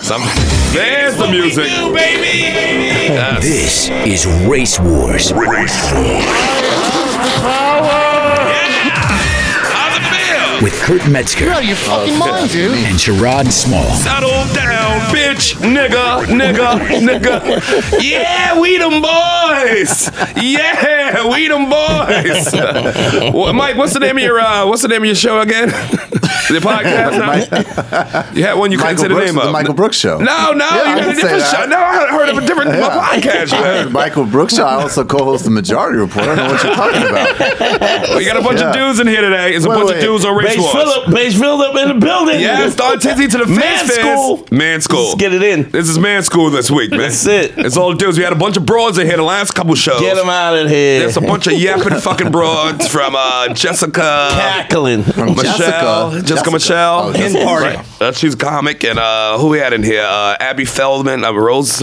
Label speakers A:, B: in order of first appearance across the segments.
A: Some, there's the music. Yes.
B: This is Race Wars.
A: On the field.
B: With Kurt Metzger
C: Out of your fucking mind, dude.
B: and Sherrod Small.
A: Settle down, bitch, nigga, nigga, nigga. Yeah, we them boys. Yeah, we them boys. Well, Mike, what's the name of your uh, what's the name of your show again? the podcast now? You had one you couldn't
D: Michael
A: say the
D: Brooks
A: name
D: is
A: of.
D: the Michael Brooks show.
A: No, no,
D: I
A: you had a
D: can say
A: different
D: that.
A: show. No, I heard of a different my
D: Yeah.
A: podcast, man.
D: Michael Brooks show. I also co-host the Majority Report. I don't know what you're talking about.
A: We got a bunch of
D: Yeah.
A: dudes in here today. It's a
D: Wait,
A: bunch of
D: wait.
A: dudes on race
E: Base
A: wars.
E: Phillip, Base Phillip in the building.
A: Yeah, Don Tizzy to the face.
E: Man
A: fist.
E: school.
A: Man school.
E: Let's get it in.
A: This is man school this week, man.
E: That's it.
A: It's all dudes. We had a bunch of broads in here the last couple shows.
E: Get him out of here.
A: There's a bunch of yapping fucking broads from uh, Jessica.
E: cackling.
A: Michelle, Jessica,
D: Jessica. Jessica.
A: Michelle,
D: Oh, Jessica.
E: party.
A: Right. Uh, she's a comic, and uh, who we had in here? Uh, Abby Feldman, uh, Rose.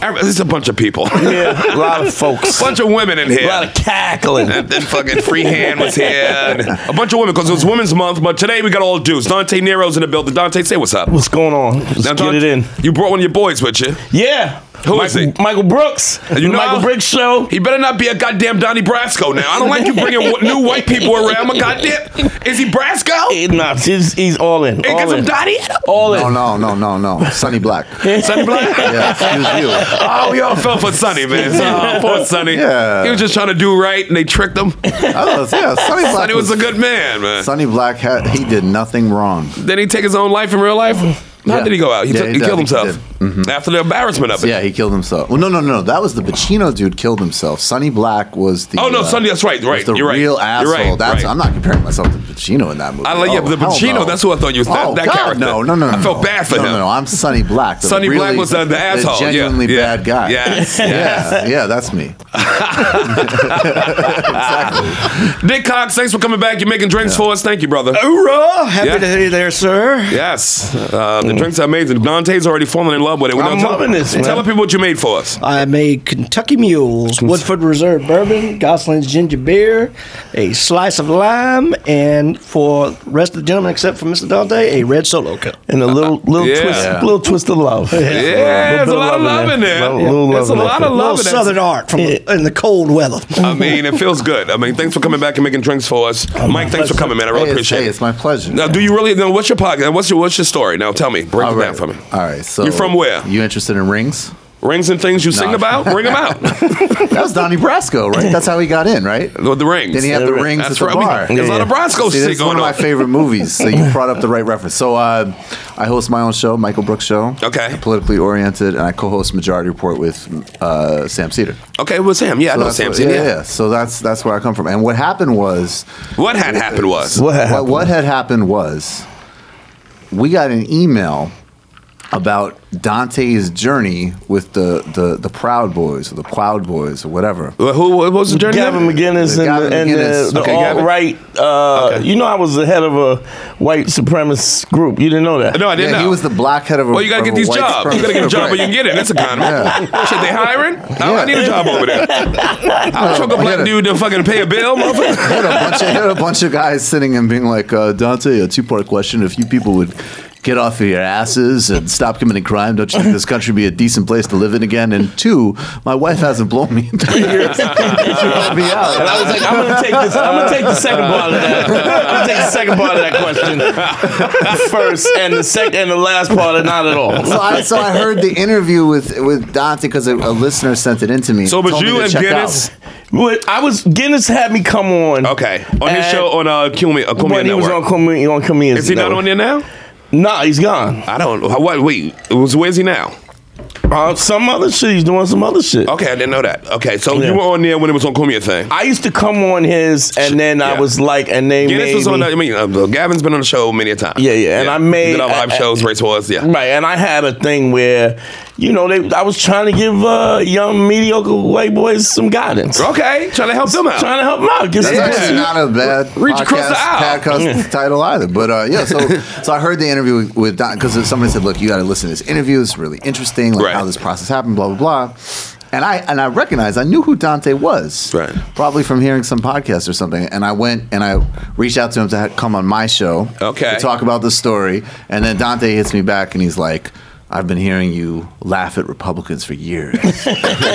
A: There's a bunch of people, a
E: Yeah, a lot of folks.
A: bunch of women in
E: a
A: here.
E: lot of cackling.
A: And then fucking Freehand was here. And a bunch of women, because it was Women's Month, but today we got all dudes. Dante Nero's in the building. Dante, say what's up.
E: What's going on? Let's
A: Now,
E: get
A: Dante,
E: it in.
A: You brought one of your boys with you.
E: Yeah.
A: Who
E: Who
A: is
E: is
A: he?
E: Michael Brooks.
A: You
E: The
A: know-
E: Michael Brooks show.
A: He better not be a goddamn Donnie Brasco now. I don't like you bringing wa- new white people around. My goddamn. Is he Brasco?
E: He, nah, he's, he's all
A: Ain't
E: in.
A: got
E: All
A: some
E: in.
A: Donnie?
E: All in.
D: No, no, no, no, no. Sunny Black.
A: Sonny Black?
D: Yeah, excuse you.
A: Oh, we all fell for Sonny, man. Oh, poor Sonny.
D: Yeah.
A: He was just trying to do right, and they tricked him.
D: I was, Oh, yeah, Sunny Black.
A: Sonny was a good man, man.
D: Sonny Black had he did nothing wrong.
A: Did he take his own life in real life? How
D: Yeah.
A: did he go out? He,
D: Yeah,
A: took,
D: he
A: he
D: did.
A: killed
D: He
A: himself
D: did. Mm-hmm.
A: after the embarrassment of it.
D: Yeah, he killed himself. Well, no, no, no. That was the Pacino dude killed himself. Sonny Black was the uh,
A: Oh, no, Sonny, that's right,
D: was
A: right,
D: The
A: you're right,
D: real
A: you're
D: asshole.
A: right,
D: that's
A: right.
D: I'm not comparing myself to Pacino in that movie.
A: I like- yeah,
D: Oh,
A: but the
D: hell
A: Pacino,
D: no.
A: that's who I thought you was- that-
D: oh,
A: that
D: God,
A: character.
D: No, no, no, no.
A: I felt
D: no.
A: bad for
D: no,
A: him.
D: No, no, I'm Sonny Black. the
A: Sonny Black
D: really-
A: was the, the asshole. Yeah,
D: genuinely
A: yeah,
D: bad guy.
A: Yes. yes.
D: Yeah, yeah, that's me.
A: Nick Cox, thanks for coming back. You're making drinks for us. Thank you, brother.
D: Mm-hmm.
E: Hoorah! Happy
A: Yeah.
E: to have you there, sir.
A: Yes. Uh, the drinks are amazing. Dante's already fallen in love with it.
E: I'm
A: tell-
E: loving this, man.
A: Tell the people what you made for us.
F: I made Kentucky Mules, Woodford Reserve Bourbon, Gosling's Ginger Beer, a slice of lime, and for the rest of the gentlemen except for Mr. Dante, a red solo cup.
E: And a little little
A: Yeah.
E: twist, little twist of love. Yeah,
A: Yeah, there's a lot of love in there.
E: Little, little
A: There's a
E: love in
A: lot
E: there.
A: of love
F: A little
A: in there.
F: southern art from in the cold weather.
A: I mean, it feels good. I mean, thanks for coming back and making drinks for us. Mike, thanks for coming, man. I really
D: Oh, Hey, it's,
A: appreciate
D: hey,
A: it.
D: it's my pleasure.
A: Now, do you really know what's your podcast? What's your what's your story? Now, tell me. Break it down for me.
D: All right. Uh, So
A: You're from where?
D: You interested in rings?
A: Rings and things you sing about. Bring them out.
D: That was Donnie Brasco, right? That's how he got in, right?
A: With the rings.
D: Then he had the rings
A: That's
D: at the
A: right.
D: bar.
A: There's a lot of Brasco
D: See,
A: shit
D: that's
A: going
D: one of my
A: on.
D: favorite movies. So you brought up the right reference. So uh, I host my own show, Michael Brooks Show.
A: Okay.
D: I'm politically oriented, and I co-host Majority Report with uh, Sam Cedar.
A: Okay, it was him. Yeah, I know
D: that's
A: Sam.
D: what-
A: Yeah,
D: yeah, yeah. So that's that's where I come from. And what happened was,
A: What had happened was.
E: What
D: what,
E: happened?
D: what had happened was, we got an email about Dante's journey with the the, the Proud Boys or the Cloud Boys or whatever.
A: Who, who what was the journey?
E: Gavin
A: name?
E: McGinnis and,
D: Gavin
E: and
D: McGinnis.
E: the, the
D: Okay,
E: alt
D: Gavin.
E: right. Uh, You know, I was the head of a white supremacist group. You didn't know that.
A: No, I didn't
D: yeah,
A: know.
D: he was the blackhead of a.
A: well, you gotta get
D: of a
A: these
D: white
A: jobs. You gotta get a
D: supremacist.
A: job where you can get it. That's economy. Shit, they hiring? Oh, I
D: Yeah.
A: need a job over there. I'll choke a
D: I
A: black
D: gotta-
A: dude to fucking pay a bill, motherfucker.
D: I had, a bunch of, I had a bunch of guys sitting and being like, uh, Dante, a two part question. If you people would get off of your asses and stop committing crime, don't you think this country would be a decent place to live in again? And two, my wife hasn't blown me in three years. Could you help me out?
E: And I was like, I'm gonna take this. I'm gonna take the second part of that. I'm gonna take the second part of that question first, and the second and the last part, are not at all.
D: so I, so I heard the interview with, with Dante because a, a listener sent it in to me.
A: So, but
D: told me
A: you
D: to
A: and
D: check
A: Guinness.
D: out.
E: What- I was Guinness had me come on.
A: Okay, on his
E: And-
A: show on uh, Kumi, uh, Kumi
E: When he was on
A: Network.
E: comedian, on comedian.
A: Is he not on there now?
E: Nah, he's gone.
A: I don't. know. What? Wait. it was- Where's he now?
E: Uh, some other shit. He's doing some other shit.
A: Okay, I didn't know that. Okay, so
E: Yeah.
A: you were on there when it was on Kumia thing.
E: I used to come on his, and then
A: Yeah.
E: I was like, and they
A: Guinness
E: made
A: was on.
E: me-
A: The, I mean, uh, Gavin's been on the show many a time.
E: Yeah, yeah, and I made-
A: did our live
E: I- I-
A: shows, race wars. Yeah,
E: Right, and I had a thing where, you know, they, I was trying to give uh, young mediocre white boys some guidance,
A: okay, trying to help them out.
E: trying to help them out. Get
D: That's
E: some-
D: actually not a bad
A: Reach across
D: podcast,
A: the aisle.
D: podcast title either. But uh, yeah, so so I heard the interview with, with Don because somebody said, "Look, you got to listen to this interview. It's really interesting, like
A: Right.
D: how this process happened, blah blah blah." And I and I recognized I knew who Dante was,
A: Right.
D: Probably from hearing some podcast or something. And I went and I reached out to him to ha- come on my show,
A: Okay.
D: to talk about the story. And then Dante hits me back and he's like. I've been hearing you laugh at Republicans for years.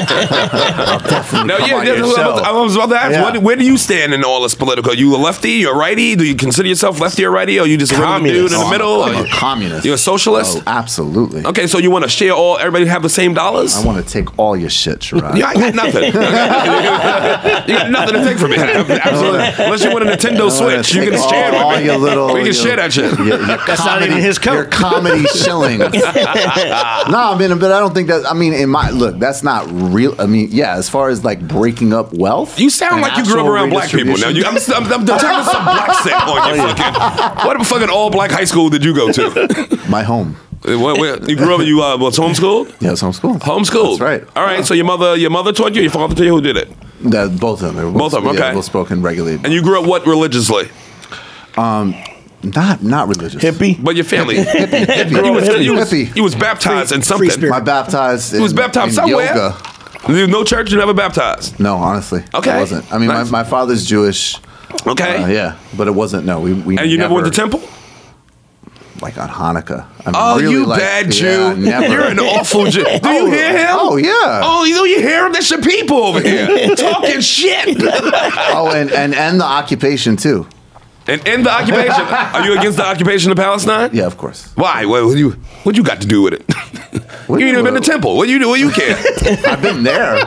D: I'll definitely
A: Now,
D: come
A: yeah,
D: on
A: that's
D: your
A: what I
D: show.
A: was- I was about to ask.
D: Yeah.
A: What, where do you stand in all this political? You a lefty? You a righty? Do you consider yourself lefty or righty? Or you just a regular dude
E: Communist.
A: in the
D: Oh,
A: middle?
D: I'm
A: Or
D: a, I'm a
A: you-
D: communist.
A: You're a socialist?
D: Oh, absolutely.
A: Okay, so you want to share all? Everybody have the same dollars?
D: I want to take all your shit, Sherrod.
A: Yeah, I got nothing. you got nothing to take from it. Absolutely. Unless you want a Nintendo
D: I wanna
A: Switch, you
D: take
A: can
D: all,
A: share
D: all
A: with me.
D: your little.
A: we can
D: your-
A: share that shit.
D: your- your
F: That's not
D: comedy-
F: even his coat.
D: Your comedy shillings. no, I mean, but I don't think that. I mean, in my look, that's not real. I mean, yeah, as far as like breaking up wealth,
A: You sound
D: and
A: like you grew up
D: actual
A: around black people. Now you, I'm, I'm, I'm detecting some black set on
D: Oh,
A: you. Fucking, what fucking all black high school did you go to?
D: redistribution- my home.
A: what, what, you grew up. You uh, was homeschooled.
D: Yeah, it's homeschool.
A: Homeschooled.
D: That's right.
A: All right. So your mother, your mother taught you. Your father taught you. Who did it?
D: That both of them. They're
A: Both of them,
D: yeah,
A: okay.
D: both spoken regularly.
A: And you grew up what religiously?
D: not not religious.
F: Hippie.
A: But your family.
D: Hippie.
A: you, was, you, was,
D: Hippie.
A: you was baptized in something.
F: free spirit.
D: My baptized.
A: You was baptized somewhere.
D: Yoga.
A: There was no church. You never baptized.
D: No, honestly,
A: Okay.
D: it wasn't. I mean,
A: Nice.
D: my, my father's Jewish.
A: Okay.
D: Uh, yeah, but it wasn't. No, we, we
A: And you never went to temple.
D: like on Hanukkah. I mean,
A: Oh,
D: really,
A: you
D: like,
A: bad
D: yeah,
A: Jew.
D: never.
A: You're an awful Jew. Do
D: Oh,
A: you hear him?
D: oh, yeah.
A: Oh, you know you hear him? That's your people over here talking shit.
D: oh, and, and and the occupation too.
A: and end the occupation. Are you against the occupation of Palestine?
D: Yeah, of course.
A: Why? What, what you what you got to do with it?
D: What
A: you
D: do
A: ain't
D: you-
A: even been to temple. What you do? What you care?
D: I've been there.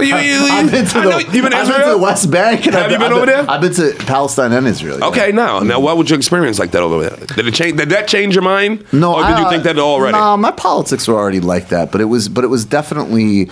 A: you, you, you,
D: I've been to
A: I
D: the,
A: know, you been to
D: I've been to the
A: Israel.
D: West Bank. and
A: Have
D: I've
A: you been
D: I've
A: over there?
D: I've been to Palestine and Israel. yeah.
A: Okay, now now, why would you experience like that over there? Did it change? Did that change your mind?
D: No,
A: or did
D: I,
A: you think that already?
D: No, my politics were already like that, but it was, but it was definitely.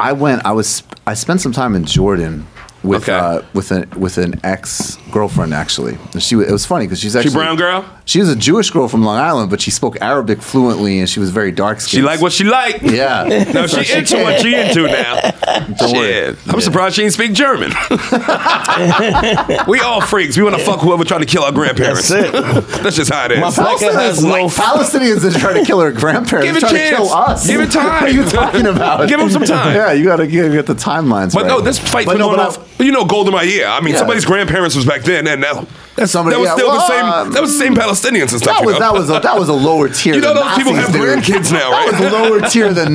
D: I went. I was. I spent some time in Jordan with
A: Okay.
D: uh, with an with an ex girlfriend actually. And she wa- it was funny because she's actually
A: brown girl?
D: She was a Jewish girl from Long Island, but she spoke Arabic fluently and she was very dark skinned.
A: She like what she like.
D: Yeah.
A: No, she into what she into now.
D: Don't worry.
A: Shit. I'm
D: Yeah.
A: surprised she didn't speak German. we all freaks. We want to fuck whoever tried to kill our grandparents.
F: That's
A: That's just how it is.
E: My pocket has
D: Palestinians,
E: no.
D: like, Palestinians are trying to kill her grandparents.
A: Give it
D: trying
A: chance.
D: to kill us.
A: Give it
D: what are
A: time.
D: you talking about?
A: Give 'em some time.
D: Yeah, you gotta, you gotta get the timelines.
A: But
D: right.
A: no, this fight's
D: But
A: been
D: no,
A: going
D: but
A: on.
D: I-
A: f- You know, Golda Meir. I mean,
D: Yeah.
A: somebody's grandparents was back then, and now that's
D: Somebody-
A: that was
D: yeah,
A: still the
D: well,
A: same.
D: um,
A: that was the same Palestinians and stuff.
D: That
A: you
D: was
A: know?
D: that was a, that was a lower tier.
A: You know
D: than
A: those people
D: Nazis,
A: have
D: dude.
A: grandkids now, right?
D: That was lower tier than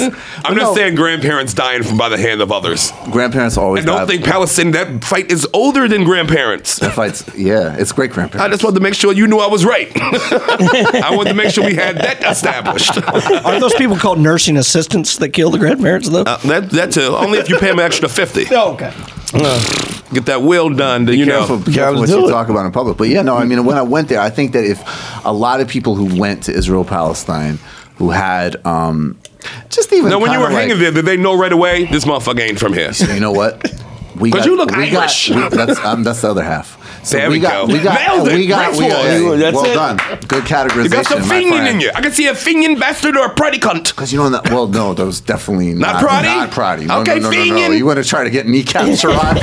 A: I'm
D: But
A: not
D: no,
A: saying grandparents dying from by the hand of others.
D: grandparents
A: I
D: always.
A: don't
D: have-
A: think Palestine. That fight is older than grandparents.
D: that fights. Yeah, it's great grandparents.
A: I just wanted to make sure you knew I was right. I wanted to make sure we had that established.
F: Aren't those people called nursing assistants that kill the grandparents though?
A: Uh, that that too. Only if you pay them an extra fifty.
F: Oh, okay.
A: Get that will done. Then you
D: careful,
A: know.
D: careful
E: Gotta
D: what
E: do
D: you
E: it.
D: talk about in public. But yeah, no, I mean, when I went there, I think that if a lot of people who went to Israel Palestine who had um, just even
A: Now, when you
D: kinda
A: were
D: like,
A: hanging there, did they know right away this motherfucker ain't from here?
D: So you know what? We
A: 'Cause you look
D: got-
A: Irish.
D: we- that's, um, that's the other half. So
A: There we
D: got,
A: go.
D: We got.
A: Nailed it.
D: We got.
A: Great
D: We got
A: one.
D: yeah,
E: You- that's
D: well
E: it.
D: done. Good categorization.
A: You got some
D: my
A: Fenian
D: friend.
A: in you. I can see a Fenian bastard or a pretty cunt.
D: Because you know that. Well, no, that was definitely
A: Not
D: not,
A: Prodi?
D: Not Prodi. No,
A: Okay,
D: no, no, no, no,
A: Fenian.
D: You want to try to get kneecapped, Sharad?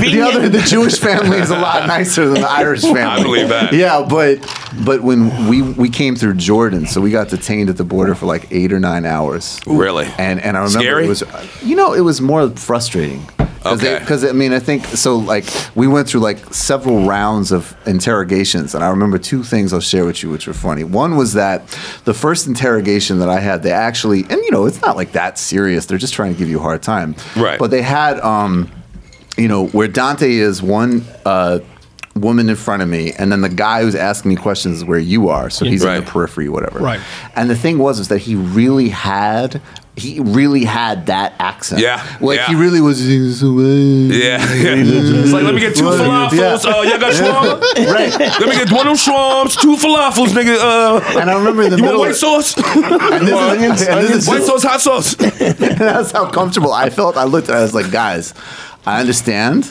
D: the other, the Jewish family is a lot nicer than the Irish family.
A: I believe that.
D: Yeah, but but when we we came through Jordan, so we got detained at the border for like eight or nine hours.
A: Really?
D: And and I remember
A: Scary?
D: it was, you know, it was more frustrating.
A: Okay.
D: Because I mean, I think so. Like we went through like several rounds of interrogations, and I remember two things I'll share with you, which were funny. One was that the first interrogation that I had, they actually, and you know, it's not like that serious. They're just trying to give you a hard time,
A: Right.
D: But they had, um, you know, where Dante is one. Uh, Woman in front of me, and then the guy who's asking me questions is where you are, so he's in
A: Right.
D: the periphery, whatever.
F: Right.
D: And the thing was is that he really had he really had that accent.
A: Yeah,
D: Like
A: yeah.
D: he really was. he was-
A: Yeah. it's like let me get two
D: Yeah.
A: falafels. Uh, y'all got shawarma?
D: Right.
A: Let me get one of them shawarmas, two falafels, nigga. Uh,
D: And I remember in the
A: you want
D: middle.
A: white sauce? white
D: and this is- and this is-
A: sauce, hot sauce.
D: that's how comfortable I felt. I looked at it, I was like, guys, I understand,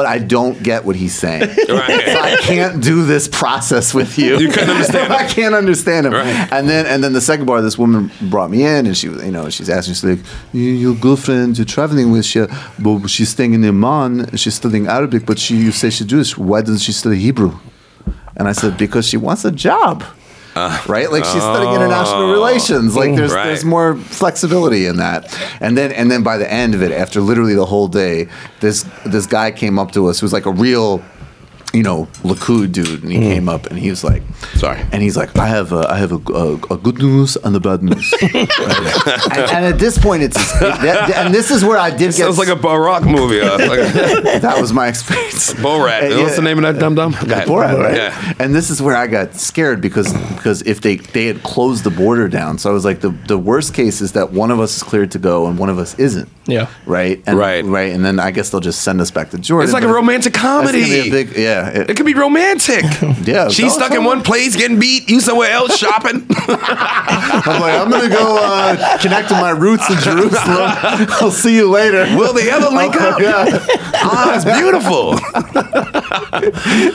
D: but I don't get what he's saying.
A: Right.
D: So I can't do this process with you.
A: You couldn't understand
D: I can't understand him.
A: Right.
D: And then and then the second bar, this woman brought me in and she was, you know, she's asking, she's like, "Y- your girlfriend you're traveling with, she, well, she's staying in Iman, she's studying Arabic, but she you say she's Jewish. Why doesn't she study Hebrew? And I said, because she wants a job. right? Like she's studying international relations. Like there's
A: Uh, oh. Right.
D: there's more flexibility in that. And then and then by the end of it, after literally the whole day, this this guy came up to us who was like a real you know, Laku dude, and he
A: Hmm.
D: came up and he was like,
E: Sorry.
D: and he's like, I have a, I have a, a, a good news and a bad news, Right.
C: and, and at this point, it's that, and this is where I did get
A: Sounds like a Barack movie. Uh, like
D: that was my experience.
A: Borat.
D: Yeah.
A: What's the name of that dum dum?
D: Borat, right?
A: Yeah.
D: And this is where I got scared because because if they they had closed the border down, so I was like, the the worst case is that one of us is cleared to go and one of us isn't.
F: Yeah.
D: Right. And,
A: Right.
D: Right. And then I guess they'll just send us back to Jordan.
A: It's like
D: but
A: a romantic
D: that's gonna be
A: comedy.
D: a big- yeah. it-
A: It could be romantic.
D: Yeah,
A: She's
D: that's
A: stuck in
D: all.
A: one place getting beat, you somewhere else shopping.
D: I'm like, I'm gonna go uh, connect to my roots in Jerusalem. I'll see you later.
A: Will they ever link up?
D: Yeah.
A: Ah, it's beautiful.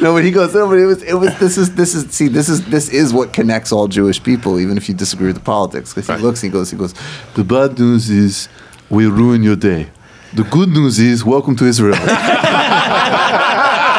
D: No, but he goes. No, but it was. It was. This is. This is. See, this is. This is what connects all Jewish people, even if you disagree with the politics. Because he looks. He goes. He goes. The bad news is we ruin your day. The good news is welcome to Israel. I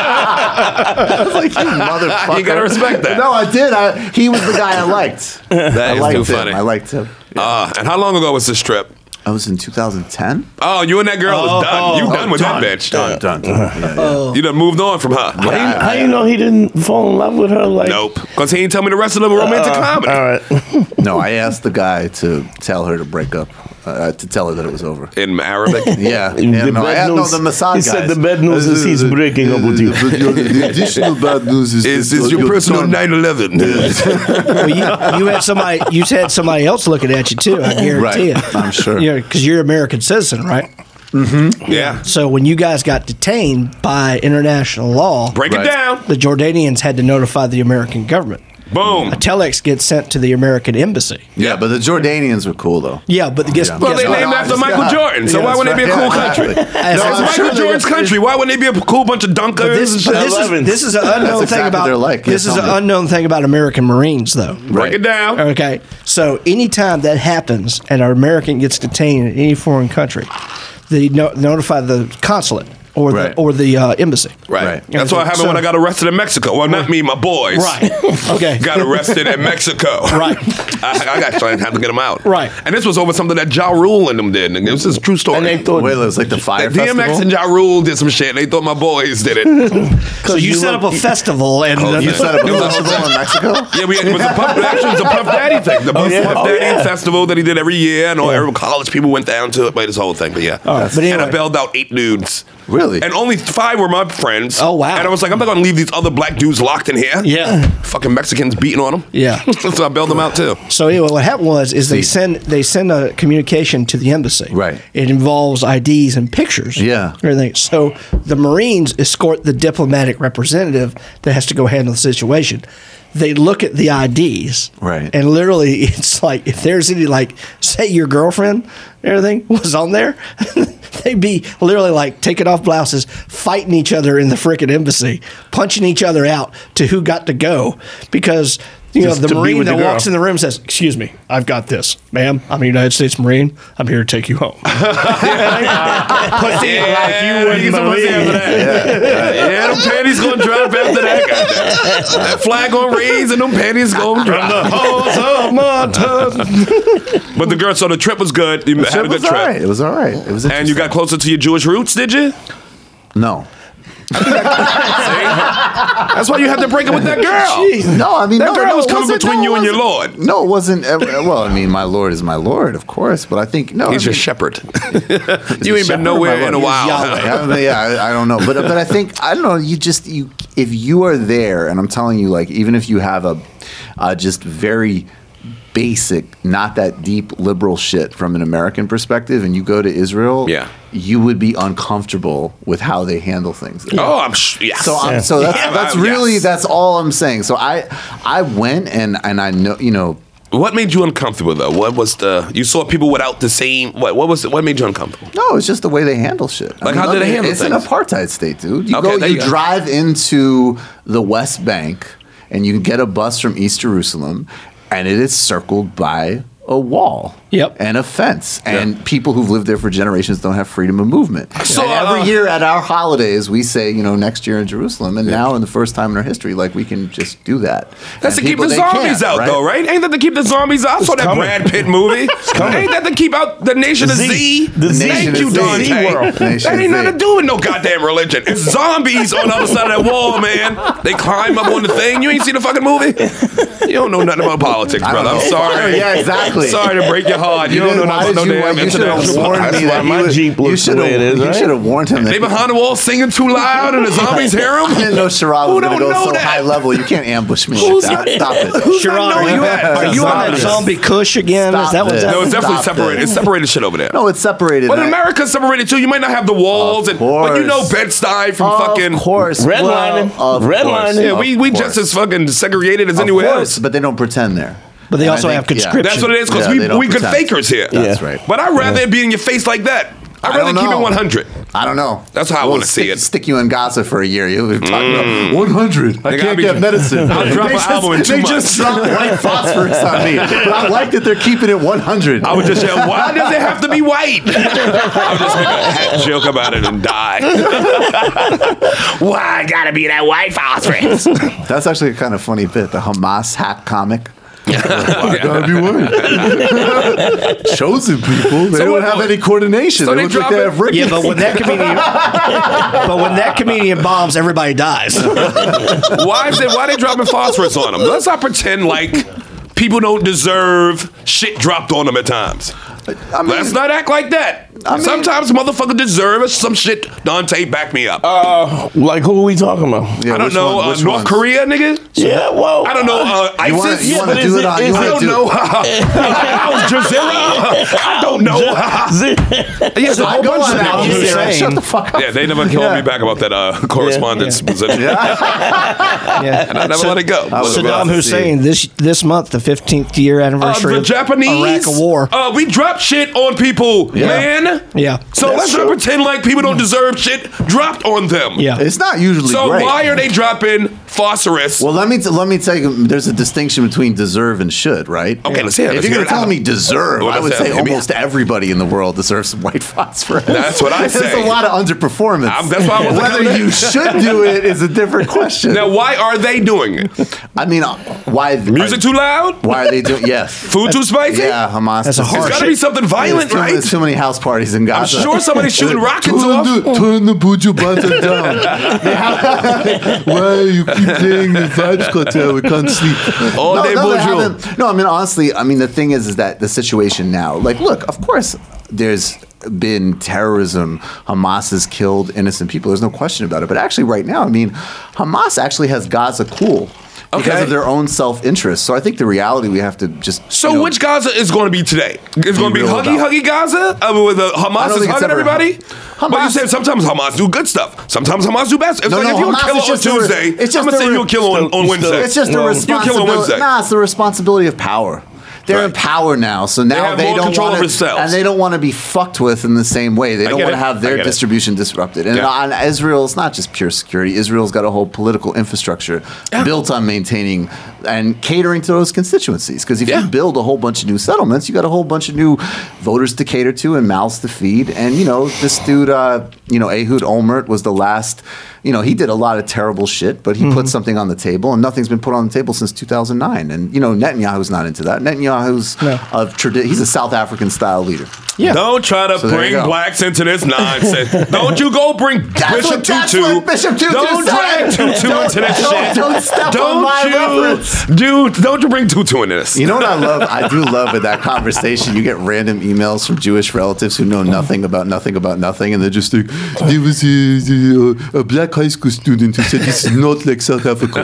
D: was like, you motherfucker.
A: You gotta respect that.
D: No, I did. I, he was the guy I liked. I
A: That is
D: liked
A: too
D: him.
A: funny.
D: I liked him.
A: Ah, and how long ago was this trip?
D: I was in 2010.
A: Oh, you and that girl is done. You done with that bitch.
D: oh, Done, done, done. Yeah, yeah.
A: You done moved on from her.
E: How you, how you know he didn't fall in love with her? Like,
A: Nope. Because he ain't tell me the rest
D: Uh,
A: of the romantic comedy.
E: All right.
D: No, I asked the guy to tell her to break up, uh, to tell her that it was over.
A: In Arabic.
D: Yeah, yeah
E: The
D: no, I
E: bad
D: had no,
E: news-
D: the Mossad
E: he said
D: guys. Uh,
E: the bad news is he's breaking up with you.
D: The additional bad news is,
A: Is
D: that
A: this your
D: you're
A: personal
D: done.
A: 9-11?
F: Well, you, you had somebody. You had somebody else looking at you too. I guarantee
D: Right,
F: it.
D: I'm sure.
F: Yeah, because you're an American citizen, right?
A: yeah.
F: So when you guys got detained by international law,
A: Break
D: Right.
A: it down.
F: the Jordanians had to notify the American government.
A: Boom.
F: A telex gets sent to the American embassy.
D: Yeah, but the Jordanians were cool though.
F: Yeah, but guess,
A: Well,
F: guess
A: they
F: what?
A: named
D: no,
A: after
D: it's
A: Michael
D: not.
A: Jordan, so
D: Yeah,
A: why
D: that's
A: wouldn't it be a
D: right.
A: cool
D: Yeah,
A: country?
D: exactly.
A: No,
F: As- as
A: it's
F: I'm
A: Michael
F: sure they
A: Jordan's
F: would-
A: country. Why wouldn't it be a cool bunch of dunkers?
F: This,
A: and
F: is-
A: shit?
F: this is,
E: Eleven.
F: this is an unknown
D: exactly
F: thing about
D: their like,
F: this
D: yeah,
F: is an
D: tell me.
F: unknown thing about American Marines though.
A: Break it down.
F: Okay, so anytime that happens and an American gets detained in any foreign country, they no- notify the consulate or
D: Right.
F: the or the uh, embassy.
A: Right.
D: Right.
A: That's what happened
F: So-
A: when I got arrested in Mexico. Well, not me, my boys.
F: Right. Okay.
A: got arrested in Mexico.
F: Right.
A: I, I got trying to have to get them out.
F: Right.
A: And this was over something that Ja Rule and them did. nigga. This is a true story.
E: And they thought-
D: Wait, it was like the fire
A: DMX and
D: festival.
A: Ja Rule did some shit. They thought my boys did it.
F: So you, set up a festival and
A: Oh,
D: You
A: yeah.
D: set up
A: It
D: a
A: was
D: festival in Mexico.
A: Yeah, we, it was a Puff, actually, it was a Puff Daddy thing. The Puff,
E: yeah.
A: Puff
E: Oh,
A: Daddy
E: yeah.
A: festival that he did every year, and all every college people went down to it, played this whole thing. But yeah,
F: All right, but
A: and I
F: anyway.
A: bailed out eight dudes.
D: Really?
A: And only five were my friends.
F: Oh, wow.
A: And I was like, I'm not gonna leave these other black dudes locked in here.
F: Yeah.
A: Fucking Mexicans beating on them.
F: Yeah.
A: so I bailed them out too.
F: So anyway, what happened was is
D: See.
F: they send they send a communication to the embassy.
D: Right.
F: It involves IDs and pictures.
D: Yeah.
F: Everything. So the Marines escort the diplomatic representative that has to go handle the situation. They look at the IDs.
D: Right.
F: And literally, it's like if there's any like say your girlfriend, and everything was on there. They'd be literally like taking off blouses, fighting each other in the frickin' embassy, punching each other out to who got to go because you
E: Just to
F: know the
E: be
F: marine
E: with
F: that
E: the girl.
F: walks in the room says, "Excuse me, I've got this, ma'am. I'm a United States Marine. I'm here to take you home."
A: Pussy
E: you wouldn't
A: get some pussy
E: believe.
A: after that. Yeah, them panties gonna drop after that. goddamn. That flag gonna raise and them panties gonna drop. But the girl, so the trip was good. You had a
D: It
A: good
D: was
A: trip.
D: all right. It was all right. It was.
A: And you got closer to your Jewish roots, did you?
D: interesting. no.
A: That's why you had to break up with that girl.
D: No, I mean
A: That
D: no,
A: girl
D: no,
A: was
D: it
A: coming
D: wasn't-
A: between
D: no, it
A: you and your
D: wasn't-
A: Lord.
D: No, it wasn't. ever- Well, I mean, my Lord is my Lord, of course. But I think no,
A: He's
D: I
A: your
D: mean,
A: shepherd. you ain't been
D: shepherd, my
A: nowhere
D: Lord.
A: in a
D: He's
A: while.
D: I don't know, yeah, I, I don't know, but but I think I don't know. You just you if you are there, and I'm telling you, like even if you have a uh, just very basic, not that deep liberal shit from an American perspective, and you go to Israel,
A: Yeah.
D: you would be uncomfortable with how they handle things.
A: Oh, I'm sh- yes.
D: So, I'm, so that's,
A: Yeah,
D: that's
A: uh,
D: really
A: yes.
D: that's all I'm saying. So I I went and and I know you know
A: what made you uncomfortable though? What was the you saw people without the same what what was what made you uncomfortable?
D: No, it's just the way they handle shit.
A: Like, how do they handle
D: It's
A: things?
D: an apartheid state, dude. You
A: Okay,
D: go,
A: there
D: you,
A: you go.
D: drive into the West Bank, and you can get a bus from East Jerusalem, and it is circled by a wall
F: Yep.
D: and a fence. And people who've lived there for generations don't have freedom of movement. So every
A: uh,
D: year at our holidays, we say, you know, next year in Jerusalem. And now, in the first time in our history, like we can just do that.
A: That's to
D: And
A: keep
D: people,
A: the
D: they can't,
A: zombies out, though, right? Ain't that to keep the zombies out? I saw that
E: coming.
A: Brad Pitt movie.
E: coming.
A: Ain't that to keep out the nation of
E: Z.
A: Z?
E: The Z.
A: Thank
D: Nation
A: you,
D: of Z.
A: Dante.
D: Z world. Nation
A: That
D: of
A: ain't nothing
D: Z.
A: to do with no goddamn religion. It's zombies on the other side of that wall, man. They climb up on the thing. You ain't seen the fucking movie? You don't know nothing about politics,
D: I don't
A: brother. I'm
D: know.
A: sorry.
D: Yeah, exactly.
A: Sorry to break your heart. You, don't know
D: didn't-
A: nothing
D: why
A: about
D: did
A: no
D: you-
A: damn
D: you should have
A: international.
D: warned
E: That's
D: me
E: why
D: that he
E: my
D: was-
E: Jeep
D: you
E: looks the
D: should
E: way
D: have
E: it is,
D: you
E: right?
D: should have warned him that
A: They behind the wall singing too loud and the zombies hear
D: I didn't
A: them?
D: know Sharad
A: Who
D: was going to
A: don't
D: go
A: know
D: so
A: that?
D: high level. You can't ambush me.
A: Who's
D: like that.
A: that?
D: Stop it.
A: Who's I know
F: Sherrod,
A: where you at? Are you on
F: on
A: that
F: that
A: zombie?
F: zombie Kush again?
D: Stop
F: Is that what's
D: this.
A: No, it's
F: happening?
A: definitely
D: Stop
A: separated.
D: it.
A: It's separated shit over there.
D: No, it's separated.
A: But
D: I-
A: America's separated too. You might not have the walls, and but you know
D: course.
A: Bed Stuy from
D: Of
A: fucking.
D: course.
E: Redlining.
D: Well, of
E: Redlining.
D: course.
A: Yeah, we we
D: Of
A: just
D: course.
A: as fucking segregated as
D: Of
A: anywhere
D: course,
A: else.
D: But they don't pretend there.
F: But they
D: And I
F: also have
D: yeah.
F: conscription.
A: That's what it is because
D: Yeah, they
A: we
D: don't
A: we good
D: pretend.
A: fakers here.
D: That's right.
A: But I'd rather it be in your face like that. I'd
D: I
A: rather
D: don't
A: keep it
D: know.
A: 100.
D: I don't know.
A: That's how I
D: We'll
A: wanna see
D: stick-
A: it.
D: Stick you in Gaza for a year. You'll be talking about 100. I
A: Nigga, I'll
D: can't
A: be-
D: get medicine.
A: I'll drop
D: they
A: an
D: just,
A: album in two
D: they
A: months.
D: just dropped white phosphorus on me. But I like that they're keeping it 100.
A: I would just yell, why does it have to be white? I would just make a joke about it and die. why I gotta be that white phosphorus?
D: That's actually a kind of funny bit. The Hamas hack comic.
A: Yeah.
D: Gotta be worried. Chosen people. They
A: So
D: don't
A: what-
D: have any coordination.
A: so
D: they
A: they
D: look like
A: drop
D: they
A: it-
D: have rigging.
F: Yeah, but when that comedian, but when that comedian bombs, everybody dies.
A: why is it? Why they dropping phosphorus on them? Let's not pretend like people don't deserve shit dropped on them at times.
D: I mean-
A: Let's not act like that.
D: mean-
A: Sometimes motherfuckers deserve some shit. Dante, back me up.
E: Uh, like who are we talking about?
D: Yeah,
A: I don't
D: which
A: know
D: one-
A: uh,
D: which
A: North
D: ones?
A: Korea, nigga.
E: Yeah, well,
A: I don't know uh,
D: You wanna-
A: ISIS.
D: you
E: Yeah,
D: want
E: but
D: to
E: is
D: do
E: it-
D: it on?
E: is
D: You
A: I
D: want
E: it-
A: don't
D: to do
A: know. How's Jazeera? I don't know. Yes, a whole
D: Go
A: bunch
D: on
A: of
D: out,
A: them.
F: you
D: Sarah.
F: saying.
D: Shut the fuck up.
A: Yeah, they never called me back about that uh, correspondence position. And I never let it go.
D: was about
F: Saddam
D: to
F: Hussein this this month, the 15th year
A: Uh,
F: anniversary
A: the
F: of
A: Japanese
F: Iraq War.
A: Uh, we drop shit on people,
D: Yeah.
A: man.
F: Yeah.
A: So let's not pretend like people don't deserve shit dropped on them.
F: Yeah.
D: It's not usually
A: So
D: great.
A: why are they dropping phosphorus?
D: Well, let me t- let me tell you. There's a distinction between deserve and should, right?
A: Okay, let's hear it.
D: If
A: Let's hear
D: you're going
A: it
D: to tell
A: out.
D: me deserve,
A: Well,
D: I would
A: let's
D: say
A: hear it. Hit me
D: almost everybody in the world deserves some white phosphorus.
A: That's what I
D: There's
A: say.
D: a lot of underperformance.
A: I'm- that's why I wasn't
D: Whether
A: gonna-
D: you should do it is a different question.
A: now why are they doing it?
D: I mean, uh, why
A: Music too loud?
D: Why are they doing? Yes.
A: Food too spicy?
D: Yeah, Hamas.
F: That's a
D: It's
F: harsh-
A: It's got to be something violent,
D: too,
A: right?
D: There's too many house parties in Gaza.
A: sure somebody's shooting rockets
D: turn
A: off.
D: The, turn the Buju button down. They have- Why you keep playing the Vibes Cartel? We can't sleep.
A: All day
D: no, they
A: Buju.
D: haven't. No, I mean honestly, I mean the thing is, is that the situation now. Like, look, of course, there's been terrorism. Hamas has killed innocent people. There's no question about it. But actually, right now, I mean, Hamas actually has Gaza cool. Because
A: Okay.
D: of their own self-interest, so I think the reality we have to just.
A: So
D: you know,
A: which Gaza is going to be today? It's going to be
D: real
A: huggy
D: about
A: huggy Gaza uh, with the
D: I
A: Hamas
D: don't
A: is
D: think it's
A: hugging
D: ever-
A: everybody. But you
D: Hamas-
A: said sometimes Hamas do good stuff. Sometimes Hamas do bad. stuff. It's
D: No,
A: like
D: no,
A: if you're
D: Hamas
A: a killer
D: is
A: on
D: just the re-
A: Tuesday,
D: it's just
A: I'm gonna
D: the
A: say
D: re-
A: you're a killer on, on
E: it's
A: Wednesday.
E: the-
D: It's just the
E: Well, you
A: kill on Wednesday.
D: responsibility. Nah, it's the responsibility of power. They're in
A: Right.
D: power now, so now
A: have
D: they,
A: more
D: don't
A: control
D: want
A: over themselves.
D: and they don't want to be fucked with in the same way. They don't
A: get
D: want to
A: it.
D: have
A: I
D: their
A: get it.
D: distribution disrupted. And
A: Yeah.
D: on Israel, it's not just pure security. Israel's got a whole political infrastructure built on maintaining and catering to those constituencies. Because if
A: Yeah.
D: you build a whole bunch of new settlements, you got a whole bunch of new voters to cater to and mouths to feed. And you know, this dude, uh, you know, Ehud Olmert was the last. You know, he did a lot of terrible shit, but he put
A: Mm-hmm.
D: something on the table, and nothing's been put on the table since 2009. And you know, Netanyahu's not into that. Netanyahu's
F: No.
D: of tradi- he's a South African style leader.
F: Yeah.
A: Don't try to
D: So there
A: bring
D: you go.
A: blacks into this nonsense. don't you go bring
D: That's
A: Bishop
D: what- that's
A: Tutu.
D: what Bishop Tutu
A: Don't
D: said.
A: drag Tutu
D: Don't-
A: into this
D: don't-
A: shit.
D: don't step on my reference.
A: you, dude. Don't you bring Tutu into this?
D: You know what I love? I do love in that conversation. You get random emails from Jewish relatives who know nothing about nothing about nothing, and they're just like, "There was a, a, a black high school student who said this is not like South Africa."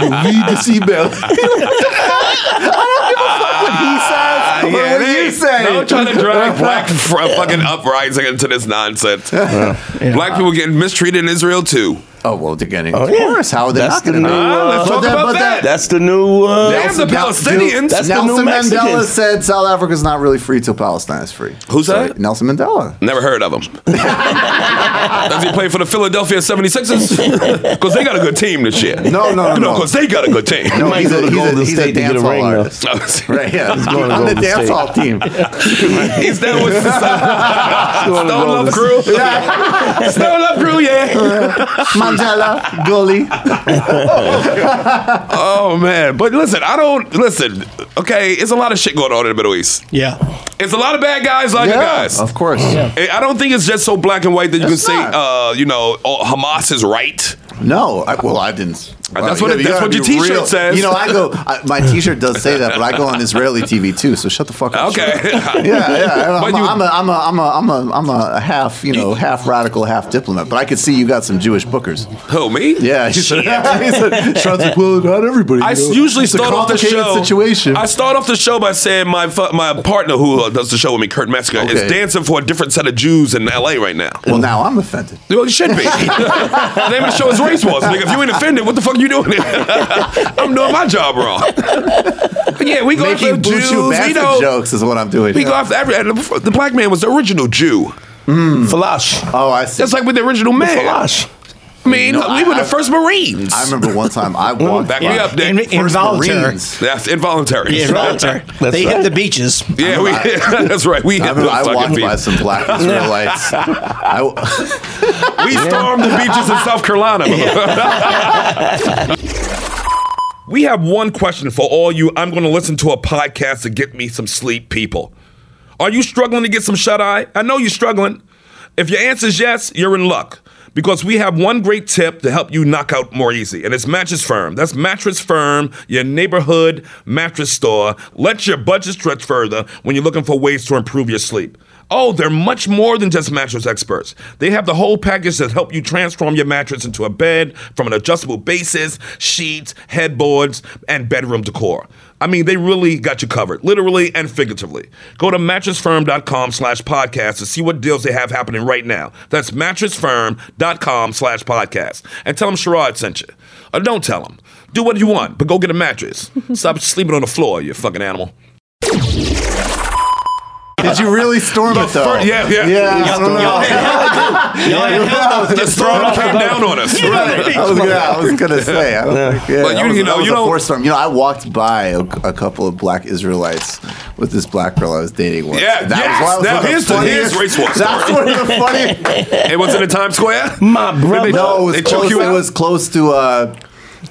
D: You read this email. I
A: Uh,
D: don't give a fuck what he says. or
A: yeah,
D: what
A: it
D: you
A: is.
D: say?
A: Don't try to drag black fr- fucking uprising into this nonsense. Black people getting mistreated in Israel too.
D: Oh well, they're getting.
E: Oh,
D: of
E: yeah.
D: course, how are they not
E: That's
D: going
E: the
D: to?
E: new,
A: Ah, let's
D: But
A: talk
D: that-
A: about
D: but
A: that.
D: that-
E: That's the new. Uh,
A: Damn the Palestinians.
E: That's the
D: Nelson
E: new Mexicans.
D: Mandela said South Africa's not really free till Palestine is free.
A: Who's that?
D: Nelson Mandela.
A: Never heard of him. Does he play for the Philadelphia 76ers? Because they got a good team this year.
D: No,
A: No,
D: no, no, no.
A: because they got a good team.
D: No, he's
E: go
D: a,
E: to
D: he's a,
E: Golden
D: he's
E: State
D: a
E: to get a
D: dancehall
E: ring, though.
A: No,
D: Right, yeah. He's
E: going to
D: on the
E: Golden State.
D: dancehall team.
A: He's down with the Stone Love Crew. Stone Love Crew, yeah.
D: Mandela, goalie.
A: Oh, man. But listen, I don't. Listen, okay, it's a lot of shit going on in the Middle East.
F: Yeah.
A: It's a lot of bad guys, like
D: Yeah,
A: guys.
D: Of course.
A: I I don't think it's just so black and white that you
D: It's
A: can
D: not.
A: say, uh, you know, oh, Hamas is right.
D: No, I, well, I didn't.
A: That's
D: Wow,
A: what
D: you
A: it-
D: gotta- you
A: that's
D: gotta
A: what your
D: be
A: t-shirt
D: real.
A: says.
D: You know, I go. I, my T-shirt does say that, but I go on Israeli TV too. So shut the fuck up.
A: Okay.
D: Yeah, yeah.
A: But
D: I'm,
A: you-
D: a, I'm, a, I'm, a, I'm, a, I'm a, I'm a half, you know, half radical, half diplomat. But I could see you got some Jewish bookers.
A: Who, me?
D: Yeah, he said, he said, Sean's like, well, not everybody.
A: I
D: you know.
A: usually
D: it's a
A: start off the
D: complicated
A: show.
D: situation.
A: I start off the show by saying my fu- my partner who uh, does the show with me, Kurt Metzger,
D: Okay.
A: is dancing for a different set of Jews in L.A. right now.
D: well, now I'm offended.
A: Well, you should be. the name of the show is Race Wars. Nigga, if you ain't offended, what the fuck you doing? here? I'm doing my job wrong. But yeah, we go after
D: Making
A: Jews.
D: Buchu
A: We
D: bastard
A: know.
D: jokes is what I'm doing.
A: We go after every. and The the black man was the original Jew.
E: Flash.
D: oh, I see.
A: That's like with the original man.
E: Flash.
A: I mean,
D: No,
A: we
D: I-
A: were the
D: I-
A: first Marines.
D: I remember one time I walked
A: Back me
D: by-
A: up, Dick.
F: In,
D: First
F: involuntary.
D: Marines.
A: That's involuntary.
F: Yeah, involuntary.
E: That's
F: they
E: right.
F: hit the beaches.
A: Yeah, we, that's right. We
D: I
A: hit the
D: remember I
A: fucking
D: walked by
A: beach.
D: some black Israelites. I,
A: We stormed the beaches in South Carolina. we have one question for all you I'm going to listen to a podcast to get me some sleep people. Are you struggling to get some shut eye? I know you're struggling. If your answer is yes, you're in luck because we have one great tip to help you knock out more easy, and it's Mattress Firm. That's Mattress Firm, your neighborhood mattress store. Let your budget stretch further when you're looking for ways to improve your sleep. Oh, they're much more than just mattress experts. They have the whole package that help you transform your mattress into a bed from an adjustable basis, sheets, headboards, and bedroom decor. I mean, they really got you covered, literally and figuratively. Go to mattressfirm.com slash podcast to see what deals they have happening right now. That's mattressfirm.com slash podcast. And tell them Sherrod sent you. Or don't tell them. Do what you want, but go get a mattress. Stop sleeping on the floor, you fucking animal.
D: did you really storm it though?
A: fir- yeah, yeah.
D: I don't know.
A: Just throw it came down on us.
D: Right. I was gonna, I was gonna say, I don't think, yeah,
A: But you-
D: that was,
A: you
D: that
A: know,
D: was
A: you
D: a
A: don't-
D: forced storm. You know, I walked by a, a couple of black Israelites with this black girl I was dating once.
A: Yeah, yes.
D: why
A: Now
D: one of
A: here's the- here's race war
D: That's one of the funniest.
A: It was in the Times Square.
E: My brother.
D: No, it was
A: They choke
D: close.
A: you
D: It
A: out?
D: was close to. Uh,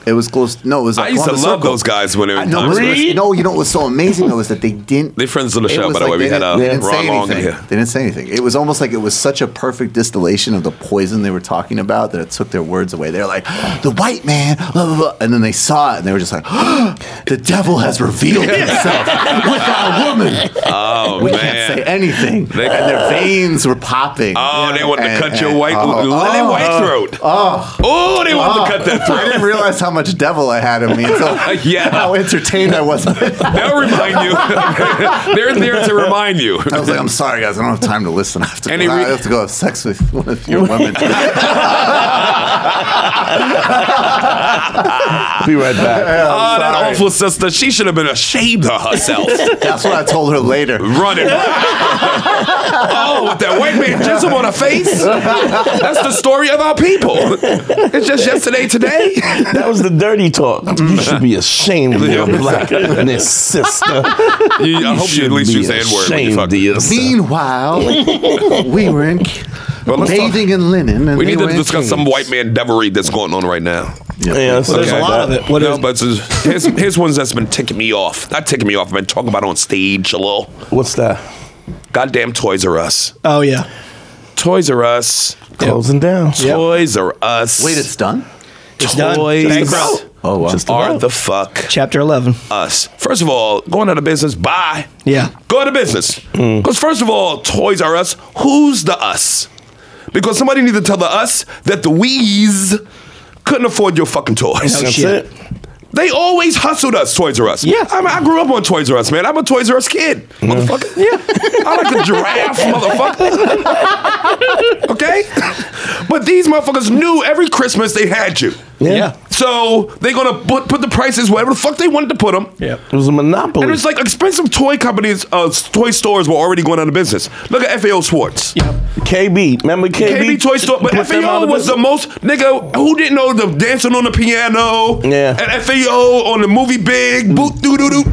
D: it was close. No, it was. uh,
A: I used to
D: Columbus
A: love
D: Circle.
A: those guys when they were in
D: No,
A: Times
D: it
A: Square.
D: was- no, you know what was so amazing though is that they didn't.
A: They're friends of the
D: it
A: show,
D: was
A: by the way. We
D: they
A: had,
D: didn't-
A: uh,
D: they didn't
A: Ron
D: say
A: Long in
D: anything.
A: here.
D: They didn't say anything. It was almost like it was such a perfect distillation of the poison they were talking about that it took their words away. They're like, the white man, blah, blah, blah. and then they saw it and they were just like, the devil has revealed himself with our woman.
A: Oh,
D: we
A: man.
D: can't say anything. and their veins were popping.
A: Oh, they wanted
D: And-
A: to cut
D: and-
A: your white,
D: oh,
A: Lenny
D: oh,
A: white throat.
D: Oh,
A: Oh, they wanted to cut that
D: I
A: throat.
D: didn't realize how much devil I had in me until
A: Yeah.
D: how entertained I was. I
A: They'll remind you. They're there to remind you.
D: was like, I'm sorry, guys. I don't have time to listen. I have to,
A: Any
D: go, I
A: re-
D: have to go have sex with one of your women.
E: Be right back.
A: Ah, that
D: sorry.
A: awful sister. She should have been ashamed of herself.
D: That's what I told her later.
A: Running. oh, with that white man jizzle on her face. That's the story of our people. It's just yesterday, today.
E: That was the dirty talk. You should be ashamed of your black and his sister.
A: You- I hope you at least use the N word when you fuck.
D: Meanwhile, we were in
A: Well, let's talk-
D: bathing in linen. And
A: We
D: they
A: need to
D: were in
A: discuss some
D: jeans.
A: white man devilry that's going on right now.
E: Yeah, so
F: There's a lot of it. What
A: no,
F: is-
A: but it's- here's, here's ones that's been ticking me off. Not ticking me off. I've been talking about it on stage a little.
E: What's that?
A: Goddamn Toys R Us.
F: Oh yeah.
A: Toys R Us.
E: Closing down.
F: Yep.
A: Toys R Us.
D: Wait, it's done?
F: It's done.
A: Toys
F: Bankrupt.
D: Oh, wow.
E: Just
A: are
E: about.
A: the fuck
F: Chapter eleven.
A: us. First of all, going out of business. Bye.
F: Yeah. Mm.
A: Go out of business. Because first of all, Toys R Us. Who's the us? Because somebody needs to tell the us that the we's couldn't afford your fucking toys.
E: That's
F: No Oh, shit.
E: it.
A: They always hustled us, Toys R Us.
F: Yeah.
A: I, mean, I grew up on Toys R Us, man. I'm a Toys R Us kid, motherfucker. Yeah, I like a giraffe, motherfucker. okay, but these motherfuckers knew every Christmas they had you.
F: Yeah.
A: So they're gonna put, put the prices wherever the fuck they wanted to put them.
E: It was a monopoly.
A: And it's like expensive toy companies, uh, toy stores were already going out of business. Look at FAO Schwartz.
E: KB. Remember KB?
A: KB Toy Store, but
E: Put them out
A: FAO
E: of
A: was the
E: business.
A: most nigga who didn't know the dancing on the piano.
E: Yeah. Mm.
A: and FAO on the movie Big Boot Doo Doo Doo.